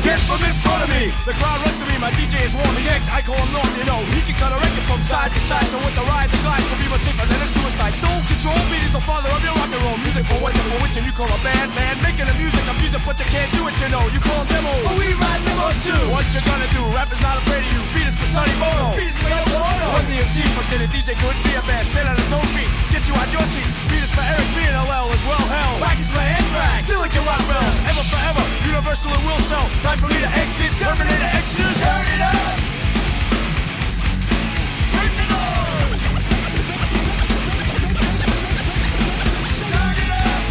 Get from in front of me! The crowd runs to me, my DJ is warm, he's I call him Norm, you know. He can cut a record from side to side, so with the ride, the glide, so be much safer than a suicide. Soul control beat is the father of your rock and roll music. For what the for which and you call a bad man. Making the music, I'm music, but you can't do it, you know. You call demo. But we ride demos too. What you gonna do? Rap is not afraid of you. Beat is for Sonny Bono. Beat is for El Bono. One DMC for City DJ could be a band. Spit out his own feet. Get you out your seat. Beat is for Eric B and LL as well. Hell. Back is for Anthrax. Still it can rock well. Ever forever. Universal and will sell. Time for me to exit. Terminator exit. Turn it up. Bring the noise. Turn it up.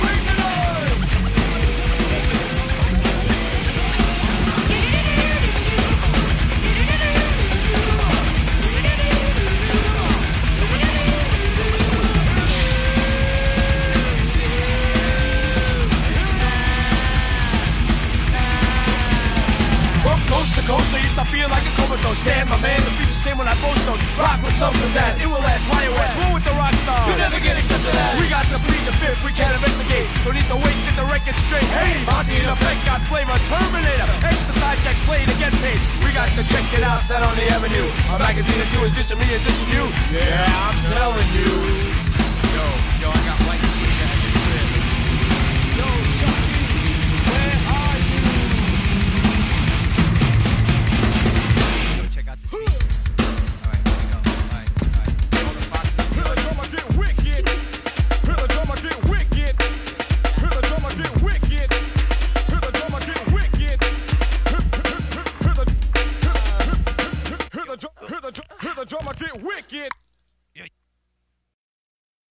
Bring the noise. From coast to coast, I used to feel like a comatose. Stand, my man, the beat's the same when I post those. Rock with some pizzazz, it will last, why it last? Roll with the rock stars. You never get accepted as. We got to plead the fifth, we can't investigate. Don't need to wait, get the record straight. Hey, Monty in effect got flavor, Terminator. Exercise, checks played and get paid. We got to check it out, that on the avenue. A magazine or two is dissing me and dissing you. Yeah, I'm telling you. E,